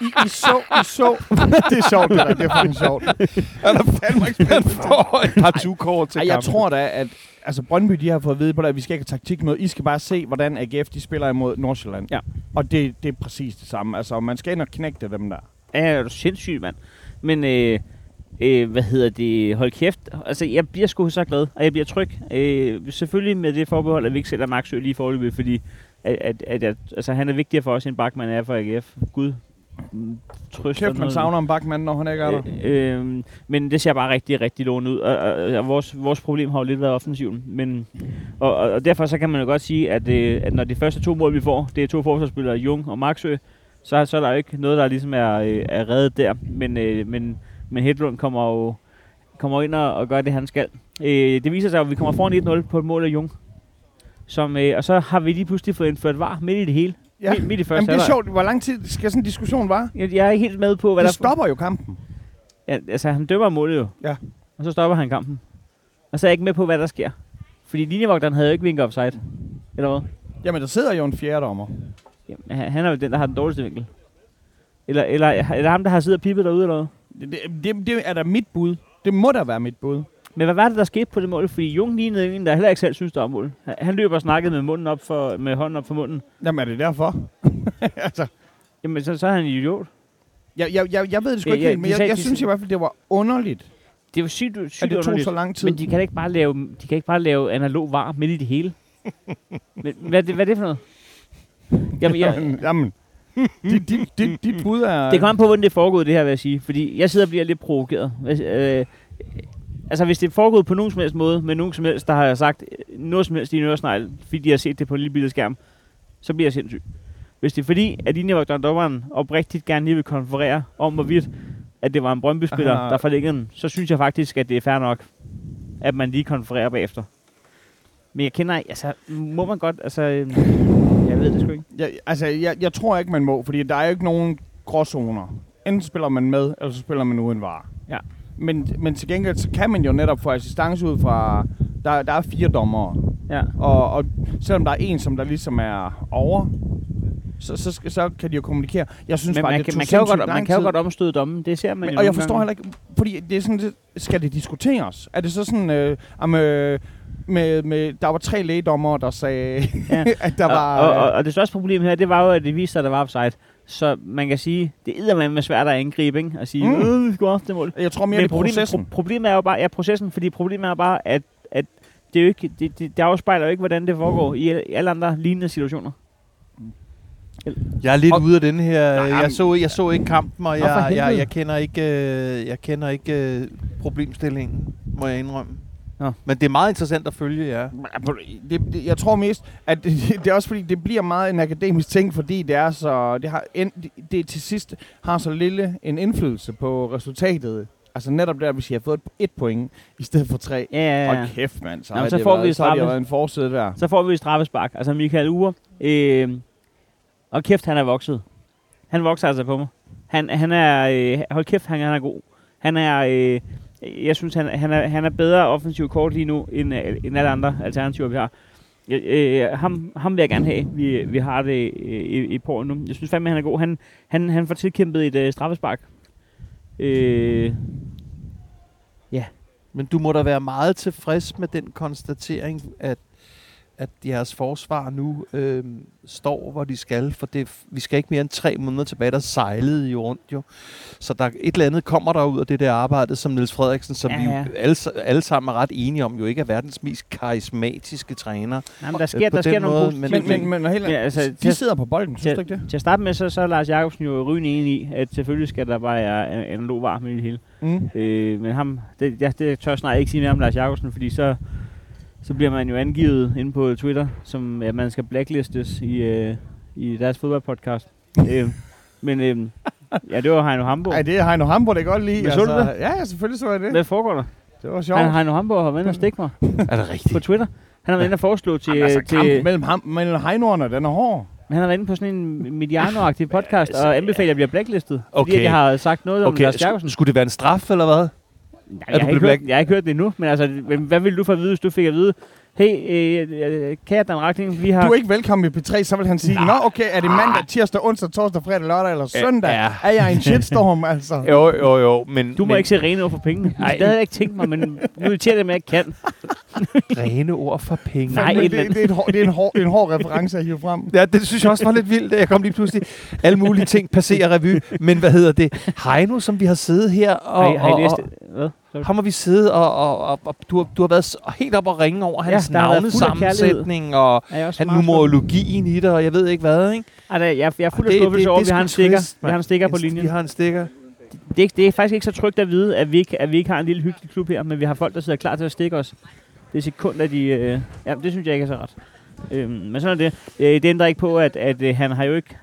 S2: I, I så, I så. det er sjovt, det der. Det er fucking sjovt.
S1: Han er fandme ikke for et par tukår til
S2: Ej, jeg
S1: kampen.
S2: tror da, at altså Brøndby de har fået at vide på det, at vi skal ikke have taktik med. I skal bare se, hvordan AGF de spiller imod Nordsjælland.
S3: Ja.
S2: Og det, det er præcis det samme. Altså, man skal ind og knægte dem der.
S3: Ja, er du sindssyg, mand. Men, øh, øh, hvad hedder det, hold kæft. Altså, jeg bliver sgu så glad, og jeg bliver tryg. Øh, selvfølgelig med det forbehold, at vi ikke sælger Maxø lige forløbet, fordi at, at, at, at, altså, han er vigtigere for os, end Bachmann er for AGF. Gud, mm, trøst
S2: Kæft, man savner en bakmand, når han ikke er der.
S3: Øh, øh, men det ser bare rigtig, rigtig lovende ud, og, og, og vores, vores problem har jo lidt været offensiven. Men, og, og, og derfor så kan man jo godt sige, at, øh, at når de første to mål, vi får, det er to forsvarsspillere, Jung og Maxø, så, så er der jo ikke noget, der ligesom er, øh, er reddet der. Men, øh, men, men Hedlund kommer jo kommer ind og, og gør det, han skal. Øh, det viser sig, at vi kommer foran 1-0 på et mål af Jung. Som, øh, og så har vi lige pludselig fået indført var midt i det hele.
S2: Ja.
S3: Midt, midt i første
S2: Jamen, det er
S3: halvleg.
S2: sjovt. Hvor lang tid skal sådan en diskussion vare?
S3: Jeg, jeg er ikke helt med på, hvad der...
S2: Det stopper jo kampen.
S3: Ja, altså, han dømmer målet jo.
S2: Ja.
S3: Og så stopper han kampen. Og så er jeg ikke med på, hvad der sker. Fordi linjevogteren havde jo ikke vinket offside. Eller hvad?
S2: Jamen, der sidder jo en fjerde dommer.
S3: Jamen, han han er jo den, der har den dårligste vinkel. Eller, eller, eller ham, der har siddet og pippet derude eller hvad?
S2: Det, det, det, det er da mit bud. Det må da være mit bud.
S3: Men hvad var det, der skete på det mål? Fordi Jung lignede en, der heller ikke selv synes, der var mål. Han- Han løber og snakkede med, munden op for, med hånden op for munden.
S2: Jamen, er det derfor? altså,
S3: Jamen, så, så er han en idiot.
S2: jeg, jeg, jeg, jeg ved det sgu
S3: Ja,
S2: ikke
S3: ja,
S2: helt, men
S3: de
S2: jeg,
S3: sagde-
S2: jeg
S3: de
S2: synes i
S3: sagde-
S2: hvert fald, det var underligt,
S3: Det er jo sygt, sygt
S2: at det tog
S3: underligt.
S2: så lang tid.
S3: Men de kan da ikke bare lave, de kan ikke bare lave analog var midt i det hele. Men, hvad, er det, hvad er det for noget? Jamen, jeg,
S2: Jamen, jamen. dit, dit, dit, dit bud er...
S3: Det kommer an på, hvordan det er foregået, det her, vil jeg sige. Fordi jeg sidder og bliver lidt provokeret. Hvis, øh, altså, hvis det er foregået på nogen som helst måde, med nogen som helst, der har sagt øh, noget som helst i en øresnegl, fordi de har set det på en lille bitte skærm, så bliver jeg sindssyg. Hvis det er fordi, at linjevogteren og dommeren oprigtigt gerne lige vil konferere om, hvorvidt at det var en Brøndby-spiller,
S2: Aha.
S3: der forlængede den, så synes jeg faktisk, at det er fair nok, at man lige konfererer bagefter. Men jeg kender, altså, må man godt, altså, øh, jeg ved det sgu ikke.
S2: Jeg, altså, jeg, jeg tror ikke, man må, fordi der er jo ikke nogen gråzoner. Enten spiller man med, eller så spiller man uden varer.
S3: Ja.
S2: Men, men til gengæld, så kan man jo netop få assistance ud fra... Der, der er fire dommere,
S3: Ja.
S2: og, og selvom der er en, som der ligesom er over, så, så, skal- så kan de jo kommunikere. Jeg synes
S3: Men
S2: bare,
S3: man,
S2: det
S3: kan,
S2: tog
S3: man, kan jo
S2: sindssygt
S3: godt, man
S2: lang
S3: kan jo
S2: tid.
S3: godt omstøde dommen, det ser man jo
S2: Men, og jeg
S3: nogle
S2: forstår
S3: gange.
S2: heller ikke, fordi det er sådan, lidt- skal det diskuteres? Er det så sådan, øh, om, øh, med, med, der var tre lægedommer, der sagde,
S3: Ja.
S2: ja. at der var...
S3: og, og, og det største problem her, det var jo, at det viste sig, at der var offside. Så man kan sige, det er med svært at angribe, ikke? At sige,
S2: Mm.
S3: mm. øh, vi skulle have haft det mål.
S2: jeg tror mere, det er processen.
S3: pro- problemet er jo bare, ja, processen, fordi problemet er bare, at, at det, er jo ikke, det, det, det afspejler jo ikke, hvordan det foregår i al- alle andre lignende situationer.
S1: Jeg er lidt
S2: Og-
S1: og, ude af den her.
S2: Nej,
S1: Nej, jeg,
S2: men-
S1: så, jeg så ikke kampen, og
S3: Nå, for
S1: jeg, jeg,
S3: helvede.
S1: jeg kender ikke, øh, jeg kender ikke øh, problemstillingen, må jeg indrømme.
S3: Nå.
S1: Men det er meget interessant at følge jer.
S2: Det, det, jeg tror mest, at det, det er også fordi, det bliver meget en akademisk ting, fordi det er så, det har en, det til sidst har så lille en indflydelse på resultatet. Altså netop der, hvis jeg har fået et point i stedet for tre.
S3: Ja, ja, ja.
S2: Hold kæft, mand. Så,
S3: Nå, men
S2: har
S3: så
S2: det
S3: får
S2: været,
S3: vi
S2: så har det
S3: straffe.
S2: været en forside der.
S3: Så får vi et straffespark. Altså Michael Ure. Øh, og kæft, han er vokset. Han vokser altså på mig. Han, han er... Øh, hold kæft, han, han er god. Han er... Øh, jeg synes, han, han, er, han er bedre offensiv kort lige nu, end, øh, end alle andre alternativer, vi har. Øh, øh, ham, ham vil jeg gerne have. Vi, vi har det øh, i, i porten nu. Jeg synes fandme, han er god. Han, han, han får tilkæmpet et øh, straffespark. Øh,
S1: Men du må da være meget tilfreds med den konstatering, at, at jeres forsvar nu øh, står, hvor de skal. For det, vi skal ikke mere end tre måneder tilbage, der sejlede I jo rundt jo. Så der, et eller andet kommer der ud af det der arbejde, som Niels Frederiksen, som
S3: Ja,
S1: ja, ja. vi
S3: ja.
S1: jo alle, alle sammen er ret enige om, jo ikke er verdens mest karismatiske træner.
S3: nej, men der
S1: på
S3: sker, der
S1: den
S3: sker nogle
S1: måde,
S3: positive
S2: Men, men, men, men helt,
S3: Ja,
S2: ja,
S3: altså,
S2: altså,
S3: til-
S2: de sidder på bolden, synes
S3: til-
S2: du ikke det?
S3: Til at starte med, så, så er Lars Jacobsen jo rygende enig i, at selvfølgelig skal der bare være en- en analog varme i det hele.
S2: Mm.
S3: Øh, men ham, det, jeg, det tør jeg snart ikke sige mere om Lars Jacobsen, fordi så, så bliver man jo angivet inde på Twitter, som at man skal blacklistes i, øh, i deres fodboldpodcast. øh, men øh, ja, det var Heino Hamburg.
S2: Ej, det har Heino Hamburg, det godt lige.
S3: Men så du det?
S2: Ja, ja, selvfølgelig så jeg det.
S3: Hvad foregår der?
S2: Det var sjovt.
S3: Han, Heino Hamburg har været inde og stikke mig
S1: Er det rigtigt?
S3: på Twitter. Han har været inde og foreslå til...
S2: Jamen, altså, kampen
S3: til
S2: mellem, ham, mellem Heinoerne, den er hård.
S3: han har været inde på sådan en Mediano-agtig podcast
S2: altså,
S3: og anbefaler, at jeg bliver blacklistet. Fordi
S1: Okay.
S3: at jeg har sagt noget om
S1: Okay,
S3: Lars Jacobsen.
S1: sk- skulle det være en straf, eller hvad?
S3: Nej,
S1: Er
S3: jeg,
S1: du
S3: har ikke
S1: blevet
S3: hørt, jeg har ikke hørt det endnu, men altså, hvem- hvad ville du få at vide, hvis du fik at vide, hey, øh, øh, kære Dan Racklin, vi har...
S2: Du er ikke velkommen i P3, så vil han sige, nå okay, er det mandag, tirsdag, onsdag, torsdag, fredag, lørdag eller søndag?
S1: ja.
S2: Er jeg i en shitstorm, altså?
S1: Jo, jo, jo. Men,
S3: du må
S1: men,
S3: ikke se rene over for pengene.
S1: Ej.
S3: Det havde jeg ikke tænkt mig, men nu irriterer det med, at jeg ikke kan.
S1: rene ord for penge.
S3: Nej,
S2: Men
S3: et
S2: det,
S3: eller
S2: det,
S3: andet.
S2: det, er et hår, det er en hård, en hård reference at hive frem.
S1: Ja, det synes jeg også var lidt vildt, at jeg kom lige pludselig. Alle mulige ting passerer revy, men hvad hedder det? Heino, som vi har siddet her, og,
S3: har, I, har I
S1: og,
S3: læst
S1: og,
S3: det? Hvad? Sorry.
S1: ham har vi siddet, og, og, og, og du, har, du har været s- helt op og ringe over
S3: Ja,
S1: hans
S3: der har været fuld af
S1: navnesammensætning, og
S3: Er jeg også
S1: han
S3: meget skuffet?
S1: numerologien i det, og jeg ved ikke hvad, ikke?
S3: Ej, nej, jeg, jeg er fuld af
S1: Det- det-
S3: skuffelse
S1: det
S3: over,
S1: er
S3: at vi har en
S1: sgu
S3: stikker,
S1: trist,
S3: vi har en stikker på linjen.
S1: Vi har en stikker.
S3: Det, er ikke- det er faktisk ikke så trygt at vide, at vi, ikke, at vi ikke har en lille hyggelig klub her, men vi har folk, der sidder klar til at stikke os. Det er sekunder, de... Øh, ja, det synes jeg ikke er så ret. Øhm, men sådan er det. Øh, det ændrer ikke på, at, at øh, han har jo ikke...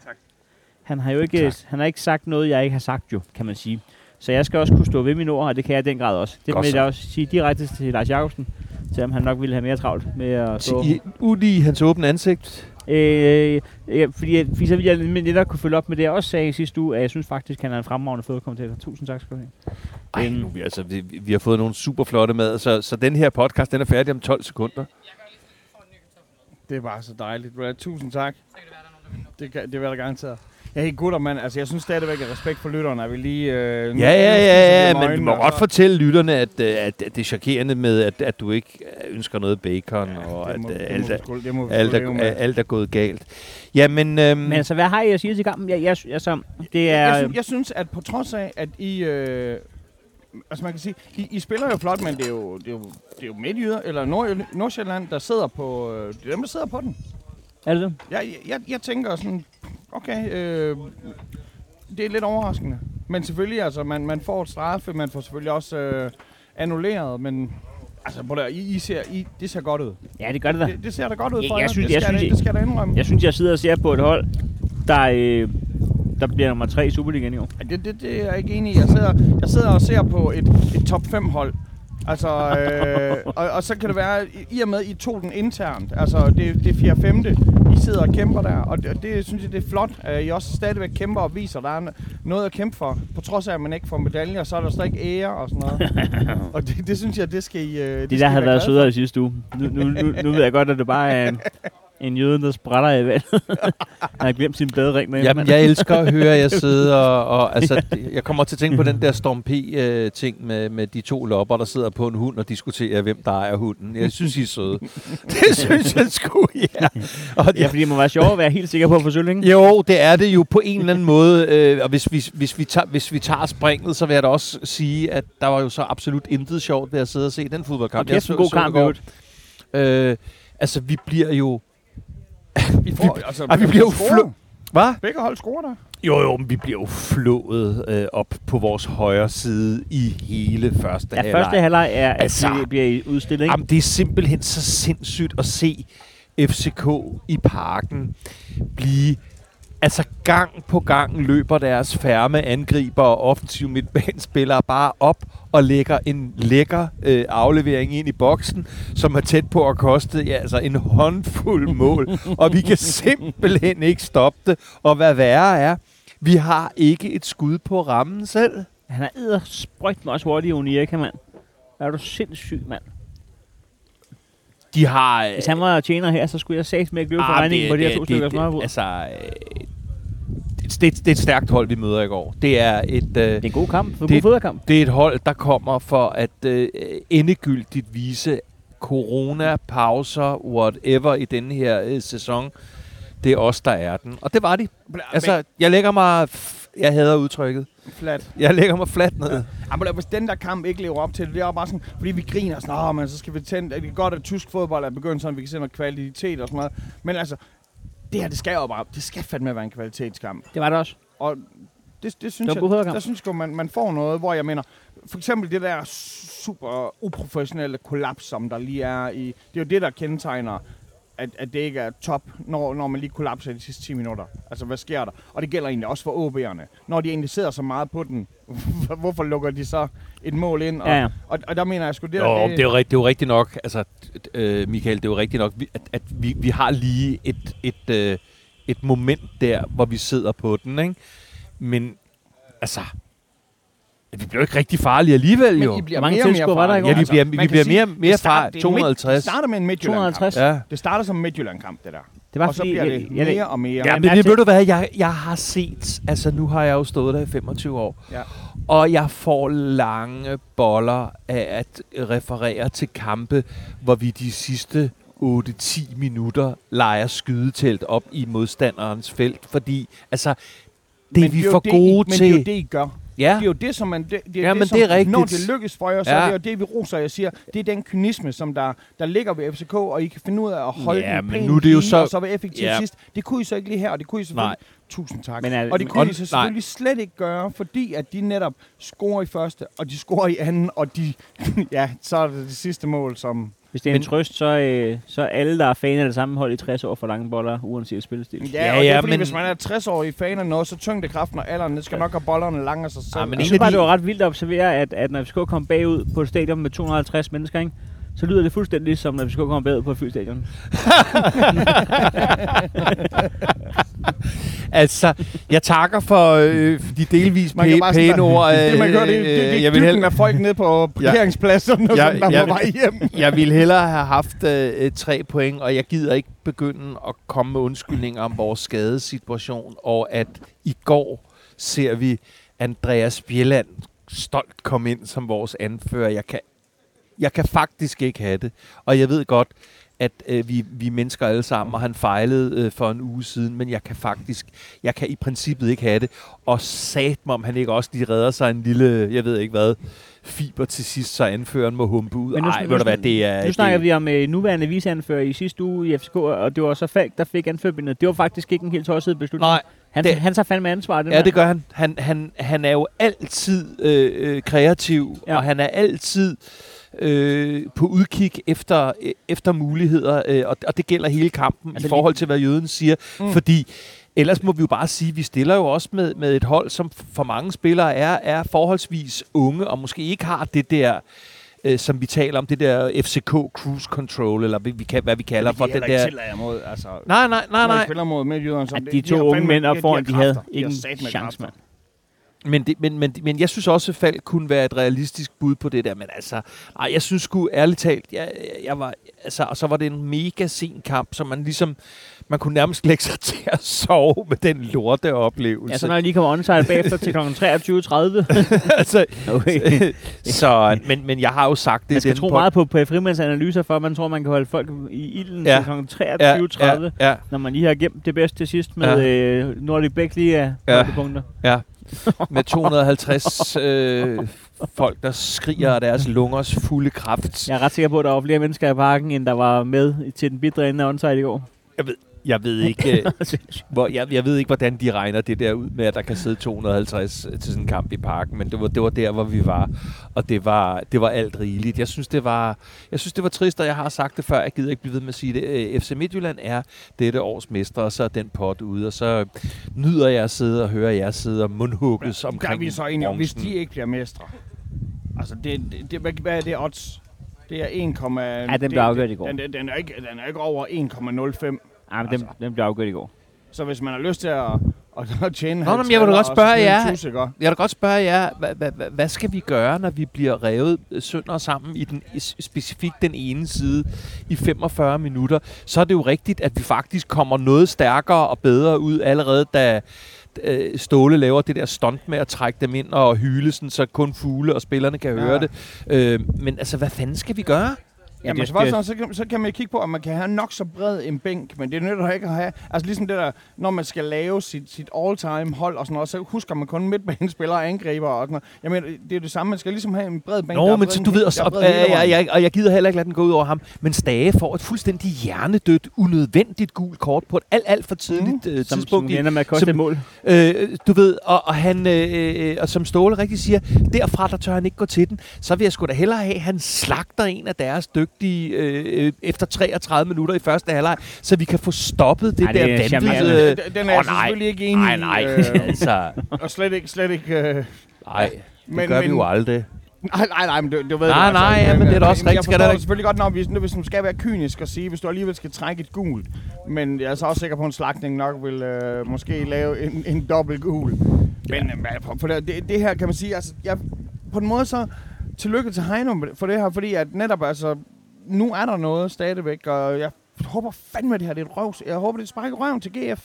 S3: Han har jo ikke, han har ikke sagt noget, jeg ikke har sagt jo, kan man sige. Så jeg skal også kunne stå ved mine ord, og det kan jeg i den grad også. Det
S1: Godt
S3: vil
S1: så.
S3: jeg også sige direkte til Lars Jacobsen, selvom han nok ville have mere travlt med at stå.
S1: I- Ud i hans åbne ansigt.
S3: Øh, ja, fordi, fordi så ville jeg lidt netop kunne følge op med det, jeg også sagde i sidste uge, at jeg synes faktisk, at han er en fremragende fodboldkommentator. Tusind tak skal du have.
S1: Ej, nu, er vi, altså, vi, vi har fået nogle super flotte mad, så, så den her podcast, den er færdig om 12 sekunder.
S2: Det er bare så dejligt. Brad. Tusind tak. Det, kan, det vil jeg da garantere. Ja, hey gutter, mand. Altså, jeg synes stadigvæk, at respekt for lytterne, at vi lige... Øh, nu-
S1: Ja, ja,
S2: nu spiser
S1: ja, ja
S2: vi
S1: men
S2: nøgen,
S1: du må
S2: og
S1: godt
S2: så-
S1: fortælle lytterne, at, øh, at at det er chokerende med, at, at du ikke øh, ønsker noget bacon,
S2: Ja,
S1: og at
S2: det må-
S1: øh,
S2: det må
S1: alt,
S2: vi
S1: er,
S2: skulle- det må vi
S1: alt,
S2: skulle leve
S1: er,
S2: med.
S1: alt er gået galt. Jamen, øhm,
S3: Men altså, hvad har I at sige til kampen? Jeg, jeg, jeg, som, det er...
S2: Jeg, synes, jeg synes, at på trods af, at I... Øh, altså man kan sige, I, I spiller jo flot, men det er jo, det er jo, det er jo midtjyder, eller Nord, Nordsjælland, der sidder på... Øh, det er dem, der sidder på den.
S3: Er det det?
S2: Jeg, jeg- jeg, jeg tænker sådan, okay, øh, det er lidt overraskende. Men selvfølgelig, altså, man, man får et straffe, man får selvfølgelig også øh, annulleret, men altså, prøv at, høre, I, I ser, I, det ser godt ud.
S3: Ja, det gør det da.
S2: Det, det ser da godt ud
S3: Jeg-
S2: for
S3: jeg
S2: jer.
S3: synes-
S2: det,
S3: jeg
S2: skal
S3: synes,
S2: da, det skal jeg da indrømme.
S3: Jeg synes, jeg sidder og ser på et hold, der, øh, der bliver nummer tre i Superligaen i år.
S2: Ej, Det, det, det er jeg ikke enig i. Jeg sidder, jeg sidder og ser på et, et top 5 hold. Altså, øh, og, og, så kan det være, i- i og med, I tog den internt, altså det, det er 4. 5. I sidder og kæmper der, og det, og det synes jeg, det er flot, at I også stadigvæk kæmper og viser, at der er n- noget at kæmpe for. På trods af, at man ikke får medaljer, så er der stadig ære og sådan noget. og det, det synes jeg, det skal I... øh, Det, skal
S3: Det der
S2: I
S3: havde
S2: være
S3: været
S2: glade
S3: sødere i sidste uge. Nu, nu, nu, nu ved jeg godt, at det bare er en, en jøde, der sprætter i vandet. Han har glemt sin badering derinde.
S1: Jamen, jeg elsker at høre jer sidde og... og altså, jeg kommer til at tænke på den der Storm P-ting med, med de to lopper, der sidder på en hund og diskuterer, hvem der ejer hunden. Jeg synes, I er søde. Det synes jeg sgu, ja. Og
S3: Ja, fordi det må være sjovt at være helt sikker på at få sølv, ikke?
S1: Jo, det er det jo på en eller anden måde. Øh, og hvis vi, hvis, vi tager, hvis vi tager springet, så vil jeg da også sige, at der var jo så absolut intet sjovt ved at sidde og se den
S3: Og
S1: fodboldkamp.
S3: kæft, en god
S1: det
S3: kamp, i
S1: godt.
S3: øvrigt.
S1: øh, Altså, vi bliver jo...
S2: for. I får, altså,
S1: Ej, vi bliver jo
S2: scorer.
S1: flå- Hvad?
S2: Begge hold scorer der.
S1: Jo, jo, men vi bliver jo flået øh, op på vores højre side i hele første
S3: Ja, første halvleg er, at
S1: Altså.
S3: altså, det bliver i- udstillet, ikke?
S1: Jamen, det er simpelthen så sindssygt at se FCK i parken blive... Altså gang på gang løber deres færme angriber og offensiv midtbanespillere bare op og lægger en lækker øh, aflevering ind i boksen, som er tæt på at koste ja, altså en håndfuld mål. og vi kan simpelthen ikke stoppe det. Og hvad værre er, vi har ikke et skud på rammen selv.
S3: Han er eddersprøjt med også hurtig, Unirka, mand. Er du sindssyg, mand?
S1: De har... øh,
S3: Hvis han var tjener her, så skulle jeg sagt med at
S1: Ah,
S3: løbe for regningen på de her to stykker smørbrød.
S1: Altså, øh, det, det, det er et stærkt hold, vi møder i går. Det er et, øh,
S3: Det er en god kamp. Det er en
S1: det-
S3: god fodboldkamp.
S1: det er et hold, der kommer for at øh, endegyldigt vise corona, pauser, whatever i denne her øh, sæson. Det er os, der er den. Og det var de.
S2: Ah,
S1: Altså, jeg lægger mig... F- jeg hader udtrykket.
S2: Flat.
S1: Jeg lægger mig fladt ned.
S2: Ja, men hvis den der kamp ikke lever op til det, det er jo bare sådan, fordi vi griner sådan, "Åh, men så skal vi tænde, det er godt, at tysk fodbold er begyndt sådan, vi kan se noget kvalitet og sådan noget. Men altså, det her, det skal jo bare, det skal fandme være en kvalitetskamp.
S3: Det var det også.
S2: Og det, det synes
S3: Det var en god
S2: jeg,
S3: fodboldkamp.
S2: der synes jeg, man, man får noget, hvor jeg mener, for eksempel det der super uprofessionelle kollaps, som der lige er i, det er jo det, der kendetegner, at, at det ikke er top, når, når man lige kollapser de sidste 10 minutter. Altså, hvad sker der? Og det gælder egentlig også for OB'erne. Når de egentlig sidder så meget på den, hvorfor lukker de så et mål ind? Og,
S3: Ja, ja.
S2: og, og der mener jeg sgu,
S1: Nå,
S2: det, der,
S1: men det er jo, rigt- det er jo rigtigt nok, altså, t- øh, Michael, det er jo rigtigt nok, vi- at, at vi, vi har lige et, et, øh, et moment der, hvor vi sidder på den, ikke? Men, altså, Vi bliver ikke rigtig farlige allivel, jo.
S2: Men I bliver
S3: Hvor mange
S2: mere og mere
S3: tilskuere var der
S2: farlige.
S3: i går?
S1: Ja, vi bliver,
S2: man
S1: vi
S2: kan
S1: bliver
S2: sige,
S1: mere, mere
S2: det starter-
S1: far.
S2: det er en midt- Det
S1: 250.
S2: starter med en Midtjylland-kamp.
S3: 250.
S1: Ja.
S2: Det starter som en Midtjylland-kamp, det der.
S3: Det var
S2: og så
S3: fordi,
S2: bliver det
S3: jeg, jeg,
S2: mere og mere.
S1: Ja,
S3: Jeg
S1: men det
S3: mærker-
S1: ved du hvad, jeg, jeg har set, altså nu har jeg jo stået der i 25 år,
S2: Ja.
S1: og jeg får lange boller af at referere til kampe, hvor vi de sidste 8-10 minutter leger skydetelt op i modstanderens felt, fordi altså, det er
S2: Men
S1: vi
S2: er jo
S1: for
S2: det, I,
S1: gode
S2: Men det er jo
S1: til.
S2: det, I gør.
S1: ja,
S2: Det er jo det, som man... Det, det er
S1: Ja,
S2: det,
S1: men
S2: som,
S1: det er rigtigt.
S2: Når det lykkes for jer, så
S1: Ja.
S2: er det jo det, vi roser. Jeg siger, det er den kynisme, som der, der ligger ved FCK, og I kan finde ud af at holde
S1: Ja,
S2: den
S1: men
S2: pæn
S1: nu er det jo
S2: lige,
S1: så-
S2: og så være effektiv
S1: Ja. øh,
S2: sidst. Det kunne I så ikke lige her, og det kunne I selvfølgelig... Tusind tak.
S3: Men
S2: Men,
S3: er-
S2: og det
S3: men-
S2: kunne
S1: og-
S2: de så selvfølgelig nej. slet ikke gøre, fordi at de netop scorer i første, og de scorer i anden, og de, ja, så er det det sidste mål, som...
S3: Hvis det er en
S1: Men-
S3: trøst, så, øh, så er alle, der er fan af det samme hold i 60 år for lange boller, uanset spillestil.
S2: Ja, ja,
S1: Ja,
S2: og det er,
S1: ja,
S2: fordi, men...
S1: men-
S2: hvis man er 60 år i fan af noget, så tyngdekraften og alderen, det skal nok have bollerne lange af sig selv.
S1: Ja, men
S3: Jeg
S1: En af
S3: synes bare,
S1: de-
S3: det var ret vildt at observere, at, at når FCK kom bagud på et stadion med 250 mennesker, ikke? så lyder det fuldstændig ligesom, som, når FCK kommer bagud på et fyldt
S1: altså, jeg takker for øh, de delvis
S2: Man kan
S1: pæ-
S2: bare sådan,
S1: pæne ord.
S2: Det, man
S1: øh,
S2: gør, det, det, det, det
S1: jeg
S2: er
S1: vil
S2: dybden
S1: hellere-
S2: af folk nede på parkeringspladserne, ja,
S1: Ja,
S2: som der
S1: ja,
S2: ja, var vej hjem.
S1: jeg ville hellere have haft øh, øh, tre point, og jeg gider ikke begynde at komme med undskyldninger om vores skadesituation, og at i går ser vi Andreas Bjelland stolt komme ind som vores anfører. Jeg kan, jeg kan faktisk ikke have det, og jeg ved godt, at øh, vi, vi er mennesker alle sammen, og han fejlede øh, for en uge siden, men jeg kan faktisk, jeg kan i princippet ikke have det. Og sat mig, om han ikke også lige redder sig en lille, jeg ved ikke hvad, fiber til sidst, så anføreren må humpe ud.
S3: Men nu-
S1: Nej,
S3: nu-
S1: ved du hvad, det er...
S3: Nu snakker
S1: det,
S3: vi om øh, nuværende viseanfører i sidste uge i FCK, og det var så Falk, der fik anførbindet. Det var faktisk ikke en helt tosset beslutning.
S1: Nej,
S3: han,
S1: det-
S3: han tager fandme ansvar, den
S1: ja,
S3: mand.
S1: det gør han. Han, han, han er jo altid øh, øh, kreativ,
S3: Ja.
S1: ja. og han er altid øh, på udkig efter, øh, efter muligheder, øh, og, og det gælder hele kampen
S3: Altså
S1: altså, i forhold til, hvad jøden siger,
S2: Mm.
S1: mm. fordi ellers må vi jo bare sige, at vi stiller jo også med, med et hold, som f- for mange spillere er, er forholdsvis unge, og måske ikke har det der øh, som vi taler om, det der FCK cruise control, eller vi, vi kan, hvad vi kalder for den der...
S2: Tillade jer mod, altså.
S1: Nej,
S2: Nej,
S1: nej, nej,
S2: nej. Når I
S1: nej.
S2: spiller mod Midtjyderen, så
S3: At
S2: det-
S3: de to
S2: har
S3: unge
S2: fandme-
S3: mænd op
S2: har
S3: foran, de havde
S2: kræfter. har
S3: ingen
S2: satme
S3: chance,
S2: kræfter.
S3: mand.
S1: Men, det, men, men, men jeg synes også, at Falk kunne være et realistisk bud på det der. Men altså, ej, jeg synes sgu ærligt talt, jeg, jeg var, altså, og så var det en mega sen kamp, så man ligesom, man kunne nærmest lægge sig til at sove med den lorte oplevelse.
S3: Ja, så når jeg lige kommer onside bagefter til kl. 23.30.
S1: altså,
S3: okay.
S1: så, men, men jeg har jo sagt det.
S3: Man skal
S1: i
S3: tro
S1: denne
S3: meget på Frimands analyser, for at man tror, man kan holde folk i ilden ja.
S1: Ja.
S3: til kl.
S1: pod- Ja,
S3: 23.30, ja, ja.
S1: Ja, ja,
S3: når man lige har gemt det bedste til sidst med ja. øh, Nordic Bæk lige af
S1: Ja.
S3: ja. punkter.
S1: med 250 øh, folk, der skriger af deres lungers fulde kraft.
S3: Jeg er ret sikker på, at der var flere mennesker i parken, end der var med til den bidre ende af onside i går.
S1: Jeg ved ikke, øh, hvor, jeg, jeg ved ikke, hvordan de regner det der ud med, at der kan sidde 250 øh, til sådan en kamp i parken, men det var, det var der, hvor vi var, og det var, det var alt rigeligt. Jeg synes, det var, jeg synes, det var trist, og jeg har sagt det før, jeg gider ikke blive ved med at sige det. Øh, FC Midtjylland er dette års mestre, og så er den pot ude, og så nyder jeg at sidde og høre jer sidde og mundhugges
S2: Der er
S1: omkring
S2: vi så enige om, hvis
S1: bronzen.
S2: de ikke bliver mestre. Altså, det, det, det, hvad, hvad er det odds? Det er 1,
S3: Ja, den blev afgjort i går.
S2: Den, den, den, er ikke, den er ikke over 1,05.
S3: Ja, men den,
S2: Altså.
S3: den blev afgjort i går.
S2: Så hvis man har lyst til at, at, at tjene...
S1: Nå, men jeg vil da godt spørge jer. Jeg vil da godt spørge jer, hvad, hvad, hvad, hvad skal vi gøre, når vi bliver revet øh, sønder og sammen i den i s- specifikt den ene side i 45 minutter? Så er det jo rigtigt, at vi faktisk kommer noget stærkere og bedre ud allerede, da øh, Ståle laver det der stunt med at trække dem ind og hyle, sådan, så kun fugle og spillerne kan
S2: Ja.
S1: høre det. Øh, men altså, hvad fanden skal vi gøre?
S2: Ja, Jamen,
S3: det-
S2: det, det,
S3: det-
S2: sådan, så, kan, så kan man kigge på, om man kan have nok så bred en bænk, men det nytter ikke at have... Altså ligesom det der, når man skal lave sit, sit all-time hold og sådan noget, så husker man kun midtbanespillere og angriber og sådan noget. Jeg mener, det er det samme, man skal ligesom have en bred bænk. der
S1: Nå,
S2: er
S1: men
S2: bred
S1: så
S2: en-
S1: du ved,
S2: der
S1: og,
S2: er
S1: så,
S2: bred
S1: ja,
S2: hele
S1: ja,
S2: vejen.
S1: ja, og jeg gider heller ikke lade den gå ud over ham, men Stage får et fuldstændig hjernedødt, unødvendigt gult kort på et alt, alt for tidligt mm, øh,
S3: Som, som
S1: tidspunkt i
S3: ender med at koste
S1: som-
S3: et mål.
S1: Øh, du ved, og, og, han, øh, øh, og som Ståle rigtig siger, derfra der tør han ikke gå til den. Så vil jeg sgu da hellere have, at han slagter en af deres dygtige øh, øh, efter 33 minutter i første halvleg, så vi kan få stoppet det
S3: Ej, det
S1: der
S3: er charmerende.
S1: vanvittige...
S2: Den- Den er jeg
S1: Åh, nej.
S2: selvfølgelig ikke enig
S1: Nej,
S2: i,
S1: nej,
S2: øh,
S1: altså,
S2: og slet ikke, slet ikke...
S1: nej,
S2: Øh,
S1: det
S2: Men-
S1: men, gør vi
S2: men-
S1: jo aldrig.
S2: Nej, nej, nej, men du, du ved
S1: Nej,
S2: det. altså.
S1: nej, ja, men det er da også
S2: Jeg
S1: rigtigt, skal
S2: forstår
S1: der
S2: det
S1: ikke-
S2: selvfølgelig godt, når vi, nu, hvis man skal være kynisk og sige, hvis du alligevel skal trække et gult. Men jeg er så også sikker på, at en slagtning nok vil øh, måske lave en, en dobbelt gul. Men øh, prøv- prøv at- det, det her kan man sige, altså, jeg, på en måde så tillykke til Heino med- for det her, fordi at netop altså, nu er der noget stadigvæk, og jeg håber fandme, at det her det er et røvs. Jeg håber, det sparker røven til GF.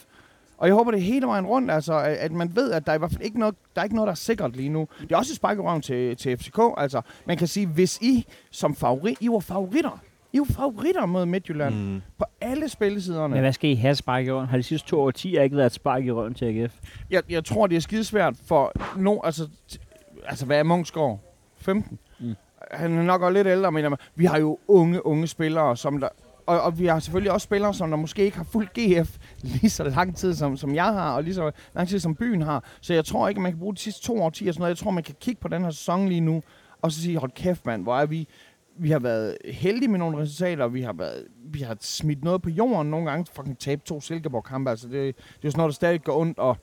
S2: Og jeg håber, det er hele vejen rundt, altså, at- at man ved, at der er i hvert fald ikke noget, der er ikke noget, der er sikkert lige nu. Det er også et spark i røven til, til FCK. Altså, man kan sige, hvis I som favorit, I var favoritter. I var favoritter mod Midtjylland mm. på alle spillesiderne.
S3: Men hvad skal I have et spark i røven? Har de sidste to årtier ikke været et spark i røven til AGF?
S2: jeg, jeg tror, det er skidesvært for no, altså, t- altså, hvad er Munchsgaard? 15?
S3: Mm.
S2: Mm. Han er nok også lidt ældre, men jeg mener, vi har jo unge, unge spillere, som der, og, og, vi har selvfølgelig også spillere, som der måske ikke har fuldt GF lige så lang tid, som, som jeg har, og lige så lang tid, som byen har. Så jeg tror ikke, man kan bruge de sidste to årtier og sådan noget. Jeg tror, man kan kigge på den her sæson lige nu, og så sige, hold kæft mand, hvor er vi, vi har været heldige med nogle resultater, vi har, været, vi har smidt noget på jorden nogle gange, fucking tabt to Silkeborg-kampe, altså det, det er jo sådan noget, der stadig går ondt, og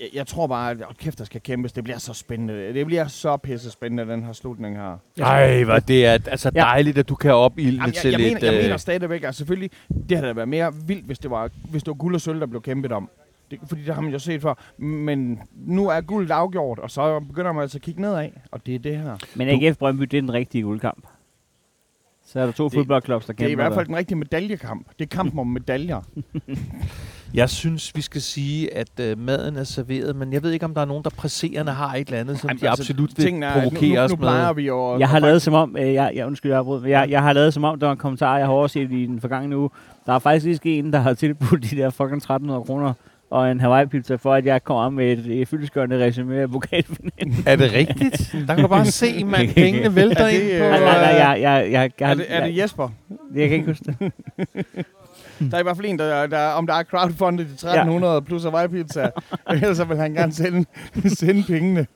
S2: jeg, jeg tror bare, at oh, kæft, der skal kæmpes. Det bliver så spændende. Det bliver så pisse spændende, den her slutning her.
S1: Nej, hvor det er altså
S3: Ja.
S1: dejligt, at du kan opilde
S2: Jamen,
S1: til
S2: jeg, jeg,
S1: lidt...
S2: mener, jeg
S1: øh,
S2: mener stadigvæk, at selvfølgelig, det havde da været mere vildt, hvis det var, hvis det var guld og sølv, der blev kæmpet om. Det, fordi det har man jo set før. Men nu er guldet afgjort, og så begynder man altså at kigge nedad. Og det er det her. Det
S3: Men AGF Brøndby, det er den rigtige guldkamp. Så er der to
S2: Det-
S3: fodboldklubber, der kæmper.
S2: er i hvert fald
S3: der.
S2: den rigtige medaljekamp. Det er kampen om medaljer.
S1: Jeg synes, vi skal sige, at øh, maden er serveret, men jeg ved ikke, om der er nogen, der presserende har et eller andet, som Jamen, de absolut altså, vil
S2: tingene er, at nu,
S1: provokere
S2: nu,
S1: os
S2: nu
S1: med.
S2: plejer vi jo...
S3: Jeg har lavet som om, øh, jeg, jeg, undskyld, jeg, afbrød, men jeg, jeg har lavet som om, der var en kommentar, jeg har overset i den forgangne uge. Der er faktisk lige sket en, der har tilbudt de der fucking 1300 kroner og en Hawaii-pizza for, at jeg kommer med et, et fyldeskørende resume af pokalfinalen.
S1: Er det rigtigt? Der kan du bare se, man pengene vælter
S2: Er det,
S1: ind på...
S2: øh,
S3: Nej, nej, nej,
S1: øh,
S3: jeg, jeg, jeg, jeg,
S2: Er
S3: jeg,
S2: det, er det
S3: jeg,
S2: Jesper?
S3: jeg kan ikke huske det.
S2: Der er i hvert fald en, der, der om der er crowdfundet i 1300 ja. plus Hawaii-pizza. Ellers så vil han gerne sende, sende pengene.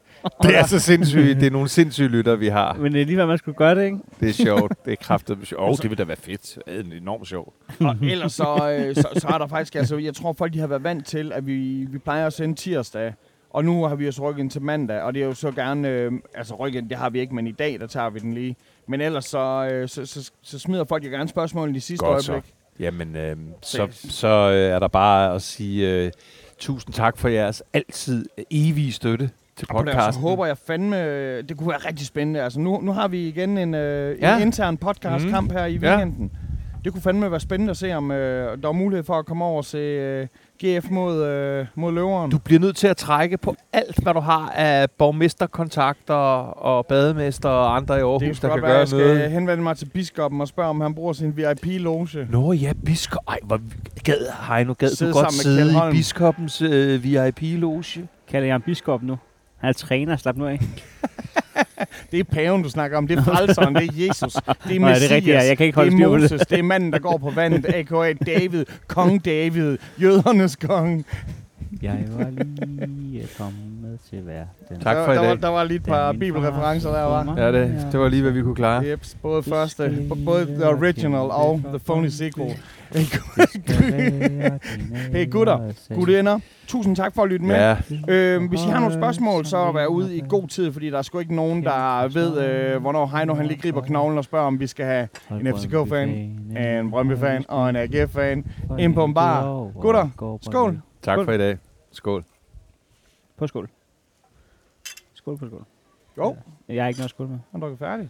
S1: Det er så sindssygt. Det er nogle sindssyge lytter, vi har.
S3: Men det er lige, hvad man skulle gøre det, ikke?
S1: Det er sjovt. Det er kraftigt sjovt. Åh, oh, det vil da være fedt. Det er enormt sjovt.
S2: Og ellers så, øh, så, så er der faktisk, altså jeg tror folk de har været vant til, at vi, vi plejer at sende tirsdag. Og nu har vi os rykket ind til mandag, og det er jo så gerne, øh, altså rykket ind, det har vi ikke, men i dag, der tager vi den lige. Men ellers så, øh, så, så, så smider folk jo gerne spørgsmål i de sidste
S1: Godt så.
S2: øjeblik.
S1: Jamen, øh, så,
S2: Ses.
S1: så øh, er der bare at sige øh, tusind tak for jeres altid evige støtte til
S2: Podcasten. Og
S1: podcasten.
S2: så håber jeg fandme, øh, det kunne være rigtig spændende. Altså nu, nu har vi igen en, øh,
S1: Ja. Mhm.
S2: ja. en intern podcastkamp her i
S1: Ja.
S2: weekenden. Det kunne fandme være spændende at se, om øh, der er mulighed for at komme over og se øh, GF mod, øh, mod løveren.
S1: Du bliver nødt til at trække på alt, hvad du har af borgmesterkontakter og bademester og andre i
S2: det
S1: Aarhus,
S2: kan
S1: der
S2: godt
S1: kan
S2: være,
S1: gøre
S2: jeg skal øh,
S1: noget.
S2: henvende mig til biskoppen og spørge, om han bruger sin VIP-loge.
S1: Nå ja, biskop. Ej, hvor gad, Heino, gad
S2: Sidde
S1: du godt
S2: sammen med Kjeld
S1: sidde i
S2: Holm.
S1: biskoppens øh, VIP-loge?
S3: Kalder jeg ham biskop nu? Han er træner, slap nu af.
S2: Det er paven, du snakker om. Det er frelseren, det er Jesus, det er
S3: Nå, ja,
S2: Messias,
S3: det er rigtigt, ja. Jeg kan ikke holde
S2: det
S3: styr
S2: er
S3: på det.
S2: Moses, det er manden, der går på vandet, a.k.a. David, kong David, jødernes konge.
S3: Jeg var lige kommet til verden.
S1: Tak
S2: der,
S1: for i
S2: der,
S1: dag.
S2: Var, der var lige et par bibelreferencer der, var.
S1: Ja, det, det var lige, hvad vi kunne klare.
S2: Jeps, både første, b- både the original og the phony sequel. Hey, gutter. Gudinder, tusind tak for at lytte med.
S1: Ja,
S2: Øhm, hvis I har nogle spørgsmål, så vær ude i god tid, fordi der er sgu ikke nogen, der ved, øh, hvornår Heino han lige griber knoglen og spørger, om vi skal have en FCK-fan, en Brøndby-fan og en AGF-fan ind på en bar. Gutter, skål!
S1: tak for i dag. Skål.
S3: På skål. Skål på skål.
S2: Jo,
S3: Jeg har ikke noget skål med.
S2: han er færdig.